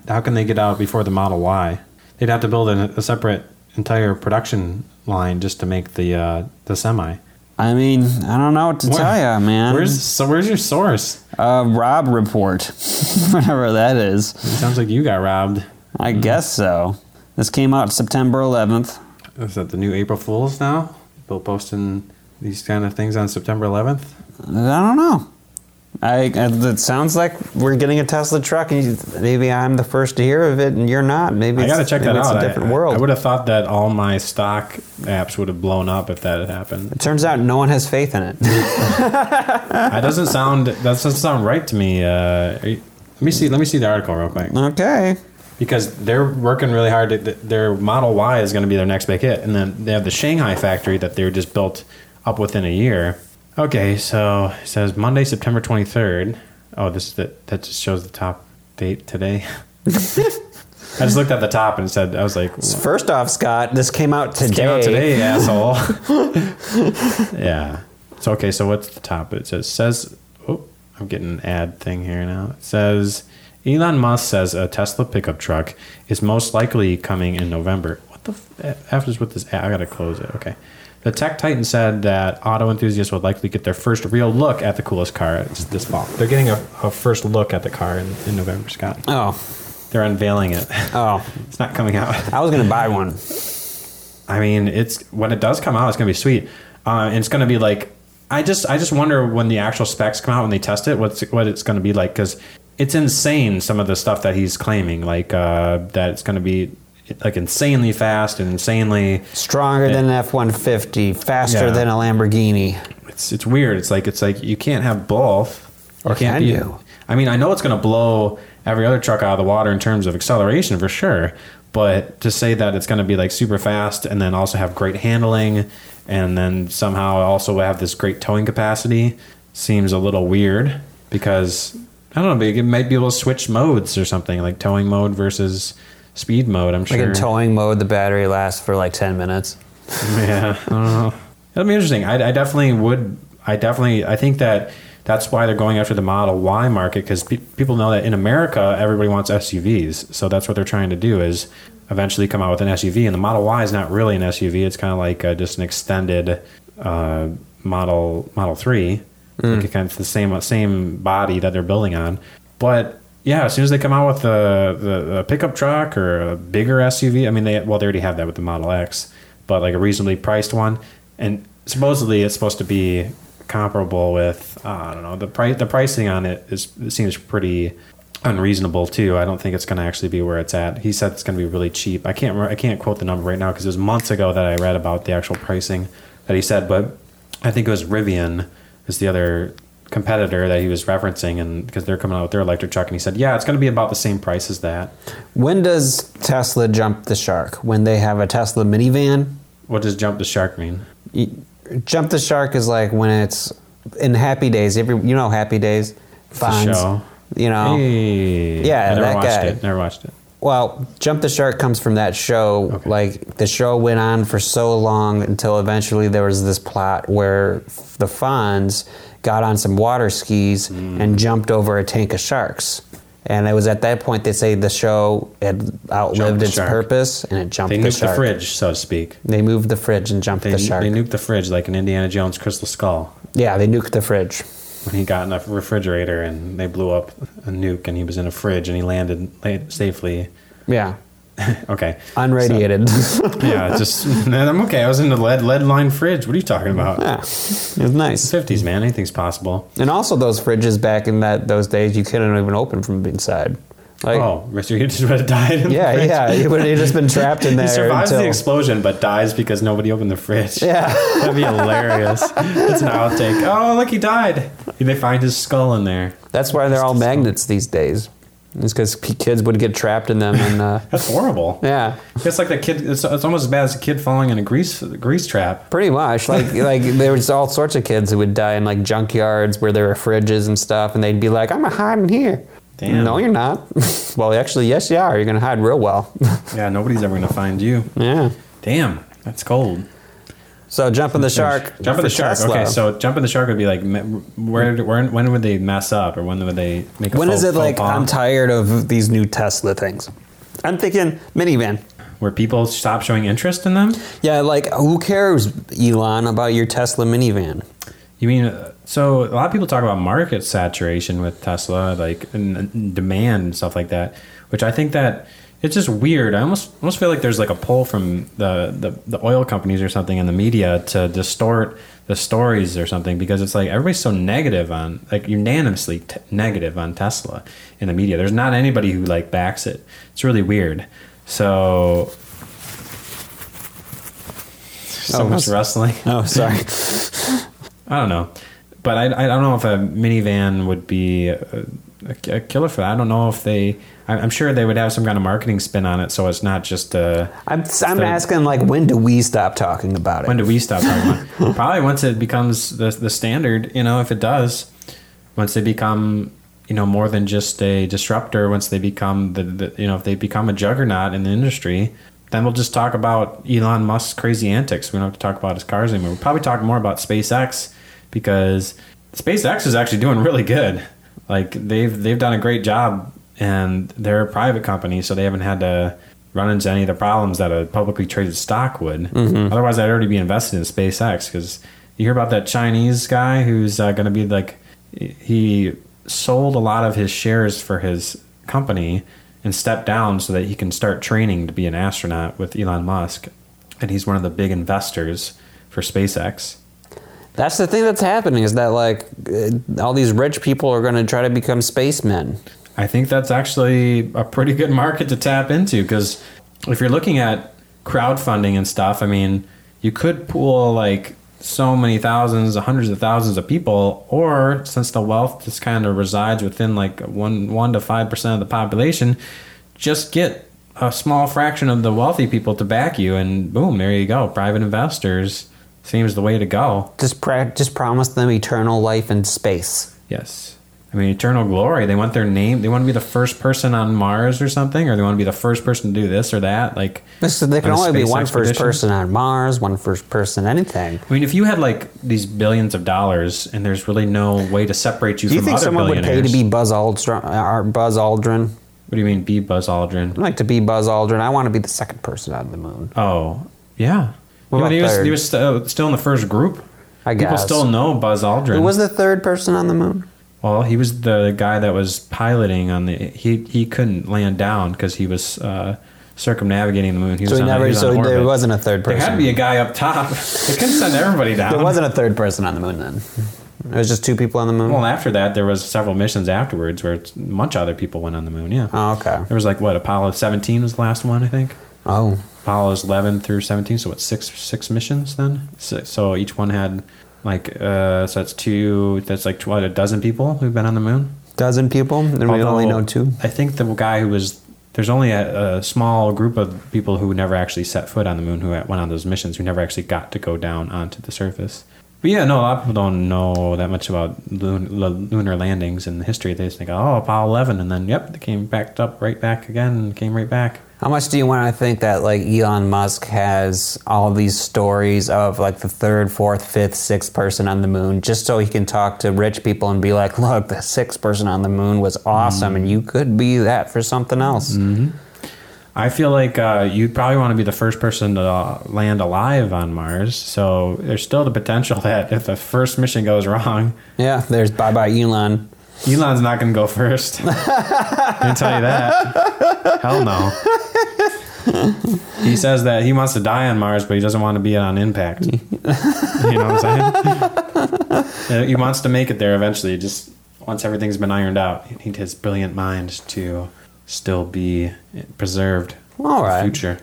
A: how can they get out before the Model Y? They'd have to build a, a separate entire production line just to make the uh, the semi.
B: I mean, I don't know what to
A: Where-
B: tell you, man.
A: Where's so? Where's your source?
B: uh, Rob report, whatever that
A: It
B: is.
A: sounds like you got robbed.
B: I guess so. This came out September 11th.
A: Is that the new April Fools now? People posting these kind of things on September 11th.
B: I don't know. I, I it sounds like we're getting a Tesla truck, and you, maybe I'm the first to hear of it, and you're not. Maybe
A: I
B: it's-
A: gotta check
B: maybe
A: that
B: it's
A: out.
B: a different
A: I,
B: world.
A: I would have thought that all my stock apps would have blown up if that had happened.
B: it turns out no one has faith in it.
A: that doesn't sound. That doesn't sound right to me. Uh, are you- let me see. Let me see the article real quick.
B: okay.
A: because they're working really hard. To, th- their Model Y is going to be their next big hit, and then they have the Shanghai factory that they just built up within a year. Okay, so it says Monday, September twenty third. Oh, this is the, that just shows the top date today. I just looked at the top and it said, I was like,
B: First off, Scott, this came out today.
A: came out today, asshole. yeah. So okay. So what's the top? It says says. Oh, I'm getting an ad thing here now. It says Elon Musk says a Tesla pickup truck is most likely coming in November. What the f- f is with this ad? I gotta close it. Okay. The tech titan said that auto enthusiasts would likely get their first real look at the coolest car It's this fall. They're getting a, a first look at the car in, in November, Scott.
B: Oh,
A: They're unveiling it.
B: oh,
A: It's not coming out.
B: I was gonna buy one.
A: I mean, it's when it does come out, it's gonna be sweet. Uh, and it's gonna be like, I just, I just wonder when the actual specs come out when they test it, what's what it's gonna be like because it's insane some of the stuff that he's claiming, like uh, that it's gonna be like insanely fast and insanely.
B: Stronger than an F one fifty, faster
A: Yeah.
B: than a Lamborghini.
A: It's it's weird. It's like it's like you can't have both.
B: Or
A: can't
B: can
A: be-
B: you?
A: I mean, I know it's gonna blow every other truck out of the water in terms of acceleration for sure, but to say that it's gonna be like super fast and then also have great handling and then somehow also have this great towing capacity seems a little weird because I don't know, it might be able to switch modes or something like towing mode versus speed mode. I'm sure.
B: Like in towing mode, the battery lasts for like ten minutes.
A: Yeah, I don't know. That'd be interesting. I, I definitely would. I definitely. I think that that's why they're going after the Model Y market because pe- people know that in America everybody wants SUVs, so that's what they're trying to do is eventually come out with an SUV. And the Model Y is not really an SUV; it's kind of like uh, just an extended uh, Model Model Three, like kind of the same same body that they're building on, but. Yeah, as soon as they come out with the, the, the pickup truck or a bigger SUV, I mean, they well, they already have that with the Model X, but like a reasonably priced one. And supposedly it's supposed to be comparable with uh, I don't know the price. The pricing on it is it seems pretty unreasonable too. I don't think it's going to actually be where it's at. He said it's going to be really cheap. I can't remember, I can't quote the number right now because it was months ago that I read about the actual pricing that he said, but I think it was Rivian is the other competitor that he was referencing and because they're coming out with their electric truck and he said, "Yeah, it's going to be about the same price as that."
B: When does Tesla jump the shark? When they have a Tesla minivan?
A: What does jump the shark mean?
B: Y- Jump the shark is like when it's in Happy Days. Every you know Happy Days, Fonz.
A: show.
B: You know,
A: Hey.
B: Yeah,
A: I never
B: that
A: watched
B: guy.
A: it. Never watched it.
B: Well, Jump the Shark comes from that show. Like the show went on for so long until eventually there was this plot where the Fonz got on some water skis
A: Mm.
B: and jumped over a tank of sharks. And it was at that point they say the show had outlived
A: the
B: its
A: shark.
B: purpose and it jumped
A: They
B: the
A: nuked the,
B: shark.
A: fridge, so to speak.
B: They moved the fridge and jumped
A: They,
B: the shark.
A: they nuked the fridge like an Indiana Jones crystal skull
B: yeah, they nuked the fridge.
A: when he got in a refrigerator and they blew up a nuke and he was in a fridge and he landed la- safely.
B: Yeah,
A: Okay.
B: unradiated.
A: yeah, it's just man, I'm okay. I was in the lead lead line fridge. What are you talking about?
B: yeah, it was nice.
A: Fifties, man. Anything's possible.
B: And also those fridges back in that those days, you couldn't even open from inside. Like,
A: oh, Mister, you just would have died. In
B: yeah,
A: the fridge.
B: yeah, it would have just been trapped in there
A: He survives the
B: until.
A: explosion but dies because nobody opened the fridge.
B: yeah,
A: That'd be hilarious. That's an outtake. Oh, look, he died. They find his skull in there.
B: that's why they're all magnets these days. It's because kids would get trapped in them, and uh,
A: That's horrible.
B: yeah,
A: It's like the kid. It's, it's almost as bad as a kid falling in a grease grease trap.
B: pretty much. Like, like there was all sorts of kids who would die in like junkyards where there were fridges and stuff, and they'd be like, "I'm gonna hide in here."
A: Damn.
B: No, you're not. well, actually, yes, you are. You're gonna hide real well.
A: Yeah, nobody's ever gonna find you.
B: yeah.
A: Damn, that's cold.
B: So jumping the shark.
A: Jumping
B: for
A: the shark.
B: Tesla.
A: Okay, so jumping the shark would be like, me- where, where, when would they mess up, or when would they make a
B: When
A: faux,
B: is it
A: faux
B: like
A: pas?
B: I'm tired of these new Tesla things? I'm thinking minivan.
A: where people stop showing interest in them?
B: Yeah, like who cares, Elon, about your Tesla minivan?
A: You mean uh, so a lot of people talk about market saturation with Tesla, like and, and demand and stuff like that, which I think that it's just weird. I almost almost feel like there's like a pull from the the, the oil companies or something in the media to distort the stories or something because it's like everybody's so negative on like unanimously t- negative on Tesla in the media. There's not anybody who like backs it. It's really weird. So. So
B: Oh,
A: much
B: that's-
A: rustling.
B: Oh, sorry.
A: I don't know, but I, I don't know if a minivan would be a, a killer for that. I don't know if they. I- I'm sure they would have some kind of marketing spin on it, so it's not just a.
B: I'm, I'm asking, like, when do we stop talking about it?
A: When do we stop talking about? it? Probably once it becomes the the standard. You know, if it does, once they become you know more than just a disruptor, once they become the, the you know if they become a juggernaut in the industry. Then we'll just talk about Elon Musk's crazy antics. We don't have to talk about his cars anymore. We'll probably talk more about SpaceX because SpaceX is actually doing really good. Like they've they've done a great job, and they're a private company, so they haven't had to run into any of the problems that a publicly traded stock would. Otherwise, I'd already be invested in SpaceX because you hear about that Chinese guy who's uh, going to be like he sold a lot of his shares for his company and stepped down so that he can start training to be an astronaut with Elon Musk, and he's one of the big investors for SpaceX.
B: That's the thing that's happening is that, like, uh, all these rich people are going to try to become spacemen.
A: I think that's actually a pretty good market to tap into because if you're looking at crowdfunding and stuff, I mean, you could pool like so many thousands, hundreds of thousands of people, or since the wealth just kind of resides within like one one to five percent of the population, just get a small fraction of the wealthy people to back you, and boom, there you go. Private investors seems the way to go.
B: Just, pra- just promise them eternal life in space.
A: Yes. I mean, eternal glory. They want their name. They want to be the first person on Mars or something, or they want to be the first person to do this or that. Like,
B: This- there can
A: on a
B: only be
A: space
B: one first
A: expedition.
B: person on Mars, one first person anything.
A: I mean, if you had like these billions of dollars, and there's really no way to separate you
B: Do you
A: from
B: think
A: other
B: someone would
A: billionaires.
B: pay to be Buzz Aldrin? Uh, Buzz Aldrin?
A: what do you mean, be Buzz Aldrin?
B: I'd like to be Buzz Aldrin. I want to be the second person on the moon.
A: Oh, yeah. You know,
B: What about
A: he was,
B: third?
A: he was st- uh, still in the first group.
B: I
A: People
B: guess.
A: still know Buzz Aldrin.
B: Who was the third person on the moon?
A: Well, he was the guy that was piloting on the. He he couldn't land down because he was uh, circumnavigating the moon. He
B: So
A: was
B: he
A: on, he
B: never.
A: was
B: So
A: on
B: there
A: orbit.
B: wasn't a third
A: There
B: person.
A: had to be a guy up top. They couldn't send everybody down.
B: there wasn't a third person on the moon then. It was just two people on the moon.
A: Well, after that, there was several missions afterwards where it's- much other people went on the moon. Yeah.
B: Oh, okay.
A: There was like what Apollo 17 was the last one, I think.
B: Oh,
A: Apollo's 11 through 17. So what six six missions then? Six, so each one had like uh, so that's two. That's like what a dozen people who've been on the moon.
B: dozen people, and we only
A: Although,
B: know two.
A: I think the guy who was there's only a, a small group of people who never actually set foot on the moon who went on those missions who never actually got to go down onto the surface. But yeah, no, a lot of people don't know that much about lun- lu- lunar landings and the history. They just think, oh, Apollo 11, and then yep, they came backed up right back again and came right back.
B: How much do you want to think that like Elon Musk has all these stories of like the third, fourth, fifth, sixth person on the moon, just so he can talk to rich people and be like, "Look, the sixth person on the moon was awesome, and you could be that for something else."
A: Mm-hmm. I feel like uh, you probably want to be the first person to uh, land alive on Mars. So there's still the potential that if the first mission goes wrong,
B: Yeah, there's bye bye Elon.
A: Elon's not going to go first. I can tell you that. Hell no. He says that he wants to die on Mars, but he doesn't want to be on impact. You know what I'm saying? Uh, he wants to make it there eventually. Just once everything's been ironed out, he needs his brilliant mind to still be preserved.
B: All
A: for
B: right.
A: Future.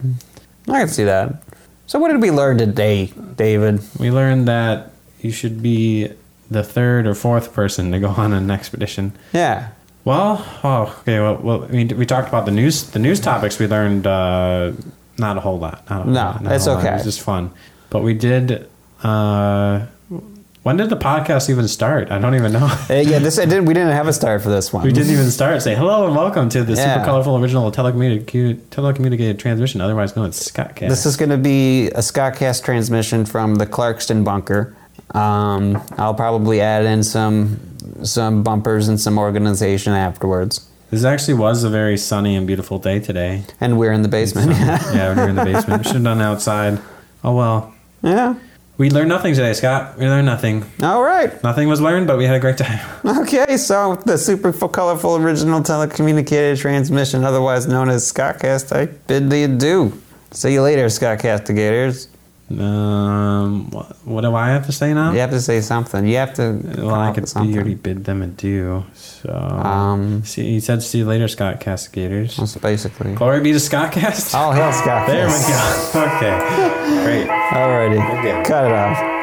B: I can see that. So what did we learn today, David?
A: We learned that you should be the third or fourth person to go on an expedition.
B: Yeah.
A: Well, oh, okay. Well, well I mean, we talked about the news. The news topics we learned uh, not a whole lot. Not a,
B: No,
A: not a
B: that's
A: whole lot. It
B: okay.
A: was just fun. But we did. Uh, when did the podcast even start? I don't even know.
B: Uh, yeah, this I didn't. We didn't have a start for this one.
A: We didn't even start. Say hello and welcome to the super
B: Yeah.
A: colorful original telecommunicated, telecommunicated transmission, otherwise known as Scottcast.
B: This is going to be a Scottcast transmission from the Clarkston bunker. Um, I'll probably add in some some bumpers and some organization afterwards.
A: this actually was a very sunny and beautiful day today. Um,
B: And we're in the basement.
A: yeah, when you're in the basement. Should have done outside. Oh well.
B: yeah.
A: We learned nothing today, Scott. We learned nothing.
B: All right.
A: Nothing was learned, but we had a great time.
B: Okay. So the super f- colorful original telecommunicated transmission, otherwise known as Scottcast, I bid thee adieu. See you later, Scottcastigators.
A: Um, what, what do I have to say now?
B: You have to say something. You have to. come
A: Well, I
B: up
A: could.
B: with
A: You already
B: something.
A: bid them adieu. So.
B: Um. Oh.
A: see, you said see you later, Scott Castigators.
B: That's basically.
A: Glory be to
B: Oh.
A: Scottcast.
B: All hail Scottcast.
A: there we go. okay. Great.
B: Alrighty.
A: Okay.
B: Cut it off.